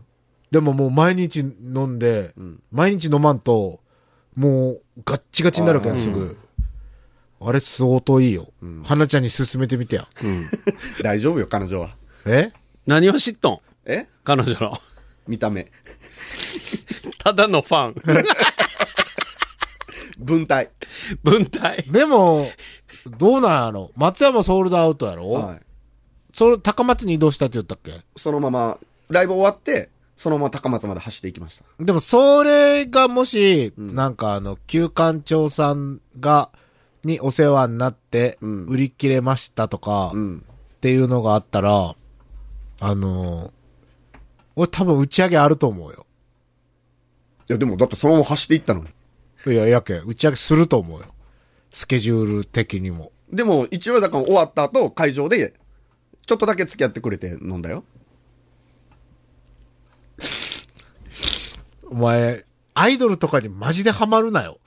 [SPEAKER 2] でももう毎日飲んで、毎日飲まんと、もうガッチガチになるけんすぐ。あれ相当いいよ。花ちゃんに勧めてみてや。
[SPEAKER 4] 大丈夫よ、彼女は。
[SPEAKER 2] え
[SPEAKER 3] 何を知っとん
[SPEAKER 4] え
[SPEAKER 3] 彼女の。
[SPEAKER 4] 見た目。
[SPEAKER 3] ただのファン。
[SPEAKER 4] 文体。
[SPEAKER 3] 文体。
[SPEAKER 2] でも、どうなんやろ松山ソールドアウトやろ、
[SPEAKER 4] はい。
[SPEAKER 2] その高松に移動したって言ったっけ
[SPEAKER 4] そのまま、ライブ終わって、そのまま高松まで走っていきました。
[SPEAKER 2] でも、それがもし、なんかあの、旧館長さんが、にお世話になって、
[SPEAKER 4] ん
[SPEAKER 2] 売り切れましたとか
[SPEAKER 4] う、ん。
[SPEAKER 2] っていうのがあったら、あのー俺多分打ち上げあると思うよ。
[SPEAKER 4] いや、でもだってそのまま走っていったのに。
[SPEAKER 2] いや、やけん、打ち上げすると思うよ。スケジュール的にも。
[SPEAKER 4] でも、一応だから終わった後、会場で、ちょっとだけ付き合ってくれて飲んだよ。
[SPEAKER 2] お前、アイドルとかにマジでハマるなよ。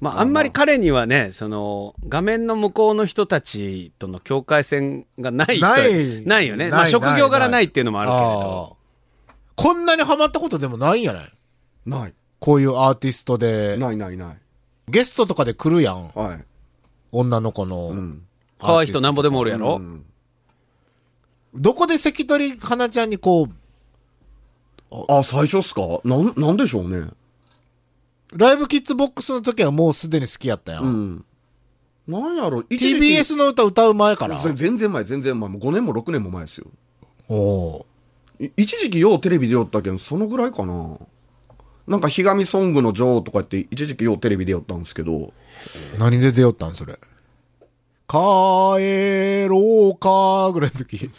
[SPEAKER 3] まあ、あんまり彼にはね、その、画面の向こうの人たちとの境界線がない人。
[SPEAKER 2] ない
[SPEAKER 3] ないよね。ま
[SPEAKER 2] な
[SPEAKER 3] あ、
[SPEAKER 2] い
[SPEAKER 3] 職業柄ないっていうのもあるけれ
[SPEAKER 2] あ
[SPEAKER 3] ど。
[SPEAKER 2] ーこんなにハマったことでもないんやない
[SPEAKER 4] ない。
[SPEAKER 2] こういうアーティストで、
[SPEAKER 4] ないないない。
[SPEAKER 2] ゲストとかで来るやん。
[SPEAKER 4] はい。
[SPEAKER 2] 女の子の。
[SPEAKER 4] うん。
[SPEAKER 3] 可愛い人なんぼでもおるやろ、
[SPEAKER 4] うん
[SPEAKER 2] どこで関取花ちゃんにこう、
[SPEAKER 4] あ、最初っすかなん、なんでしょうね。
[SPEAKER 2] ライブキッズボックスの時はもうすでに好きやったやん。
[SPEAKER 4] うん。なんやろ、一時期
[SPEAKER 2] TBS の歌歌う前から。
[SPEAKER 4] ぜ全然前、全然前。もう5年も6年も前ですよ。
[SPEAKER 2] おー
[SPEAKER 4] い一時期ようテレビでよったけん、そのぐらいかな。なんか、ひがみソングの女王とかって、一時期ようテレビでよったんですけど、
[SPEAKER 2] 何で出よったんそれ。帰ろうかぐらいの 時。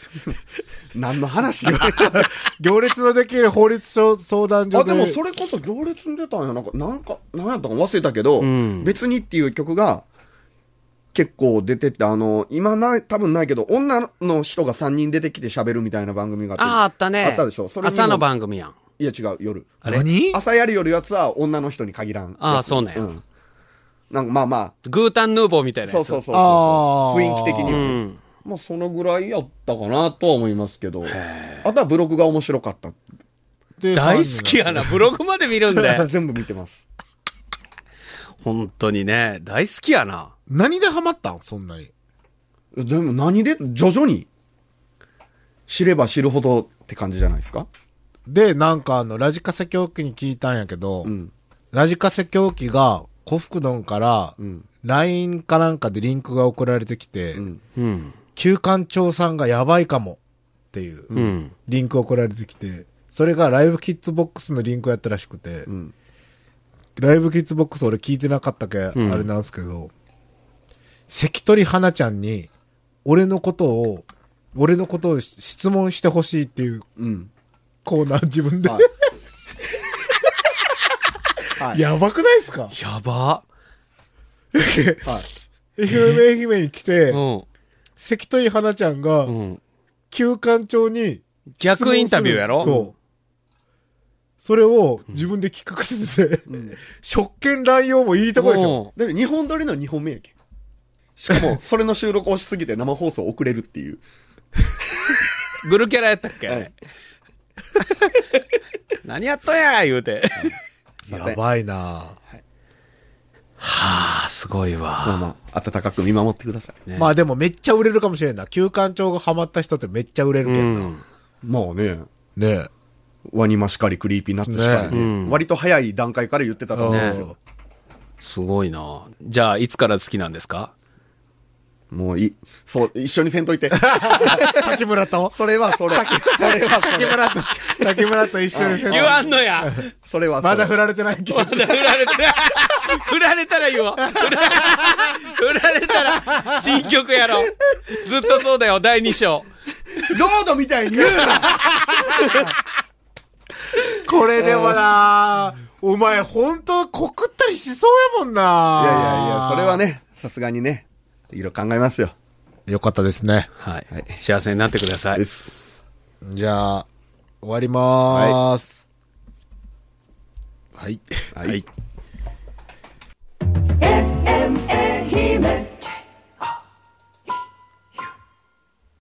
[SPEAKER 4] 何の 話よ。
[SPEAKER 2] 行列のできる法律書相談所
[SPEAKER 4] あ、
[SPEAKER 2] で。
[SPEAKER 4] でもそれこそ行列に出たんや。なんか、なんか、なんやったか忘れたけど、
[SPEAKER 3] ん
[SPEAKER 4] 別にっていう曲が、結構出てって、あの、今ない、多分ないけど、女の人が3人出てきて喋るみたいな番組があって。
[SPEAKER 3] ああ、あったね。
[SPEAKER 4] あったでしょ。それにも
[SPEAKER 3] 朝の番組やん。
[SPEAKER 4] いや違う、夜。
[SPEAKER 3] あれ
[SPEAKER 2] 何
[SPEAKER 4] 朝やる夜やつは女の人に限らん。
[SPEAKER 3] ああそうね
[SPEAKER 4] うん。なんかまあま
[SPEAKER 3] グータンヌーボーみたい
[SPEAKER 4] あ、
[SPEAKER 3] なや
[SPEAKER 4] そう
[SPEAKER 3] つ。
[SPEAKER 4] そうそうそう
[SPEAKER 2] あー
[SPEAKER 4] 雰囲気的には
[SPEAKER 3] う
[SPEAKER 4] ね、
[SPEAKER 3] ん。
[SPEAKER 4] まあそのぐらいやったかなとは思いますけど。あとはブログが面白かった。。
[SPEAKER 2] で
[SPEAKER 3] 大好きやな。ブログまで見るんで
[SPEAKER 4] 全部見てます。
[SPEAKER 3] 本当にね。大好きやな。
[SPEAKER 2] 何でハマったんそんなに。
[SPEAKER 4] でも何で徐々に知れば知るほどって感じじゃないですか
[SPEAKER 2] で、なんかあの、ラジカセ狂気に聞いたんやけど、
[SPEAKER 4] うん。
[SPEAKER 2] ラジカセ狂気が、古福丼から、
[SPEAKER 4] ん
[SPEAKER 2] LINE かなんかでリンクが送られてきて、
[SPEAKER 4] うん。
[SPEAKER 3] うん。
[SPEAKER 2] 旧館長さんがやばいかもっていう、
[SPEAKER 3] うん。
[SPEAKER 2] リンク送られてきて、それがライブキッズボックスのリンクやったらしくて、
[SPEAKER 4] うん。
[SPEAKER 2] ライブキッズボックス俺聞いてなかったけ、
[SPEAKER 3] ん
[SPEAKER 2] あれなんですけど、関取花ちゃんに、俺のことを、俺のことを質問してほしいっていう
[SPEAKER 4] うん。
[SPEAKER 2] コーナー自分で、
[SPEAKER 4] はいはい
[SPEAKER 2] やばくないですか
[SPEAKER 3] やば。
[SPEAKER 4] はい。
[SPEAKER 2] 愛媛愛媛に来て、
[SPEAKER 3] うん。
[SPEAKER 2] 関取花ちゃんが、
[SPEAKER 3] うん。
[SPEAKER 2] 旧館長に、
[SPEAKER 3] 逆インタビューやろ
[SPEAKER 2] そう。それを自分で企画してて、
[SPEAKER 4] ん
[SPEAKER 2] 職権乱用もいいとこでしょ。
[SPEAKER 4] だけど日本撮りの2本目やけん。しかも、 それの収録をしすぎて生放送遅れるっていう。
[SPEAKER 3] うんグルキャラやったっけ、
[SPEAKER 4] はい
[SPEAKER 3] 何やっとんや言うて。
[SPEAKER 4] そうそう
[SPEAKER 2] ばいな
[SPEAKER 3] はあ、すごい
[SPEAKER 4] まあ
[SPEAKER 3] わ。
[SPEAKER 4] まあ、温かく見守ってください。
[SPEAKER 3] ね
[SPEAKER 2] まあでもめっちゃ売れるかもしれんな。旧館長がハマった人ってめっちゃ売れる
[SPEAKER 3] う
[SPEAKER 2] けんな。
[SPEAKER 3] ん。
[SPEAKER 4] まあね、
[SPEAKER 2] ねえ。
[SPEAKER 4] ワニマしかり、クリーピーナッツしかり
[SPEAKER 3] ねう
[SPEAKER 4] ね
[SPEAKER 3] ん
[SPEAKER 4] 割と早い段階から言ってたと思うんですよ。
[SPEAKER 3] すごいな。じゃあ、いつから好きなんですか
[SPEAKER 4] もういい。そう、一緒にせんといて。
[SPEAKER 2] 滝村と
[SPEAKER 4] それは それ。それはそ
[SPEAKER 2] 滝
[SPEAKER 4] れ。
[SPEAKER 2] 村と、滝村と一緒 にせん
[SPEAKER 3] 言わんのや
[SPEAKER 4] それはそ
[SPEAKER 2] ま
[SPEAKER 4] れ。
[SPEAKER 2] だ振られてないけど。
[SPEAKER 3] 振られて、振られたら言おう。振られたら、新曲やろ。ずっとそうだよ、第2章。
[SPEAKER 4] ロードみたいに言うな
[SPEAKER 2] これでもなお前ほんと告ったりしそうやもんない
[SPEAKER 4] やいやいや、それは。ね、さすがにね、いろいろ考えますよ。
[SPEAKER 2] よかったですね。
[SPEAKER 3] はい
[SPEAKER 4] はい。
[SPEAKER 3] 幸せになってください
[SPEAKER 4] で。す。
[SPEAKER 2] じゃあ、終わりまーす。はい。
[SPEAKER 4] はい。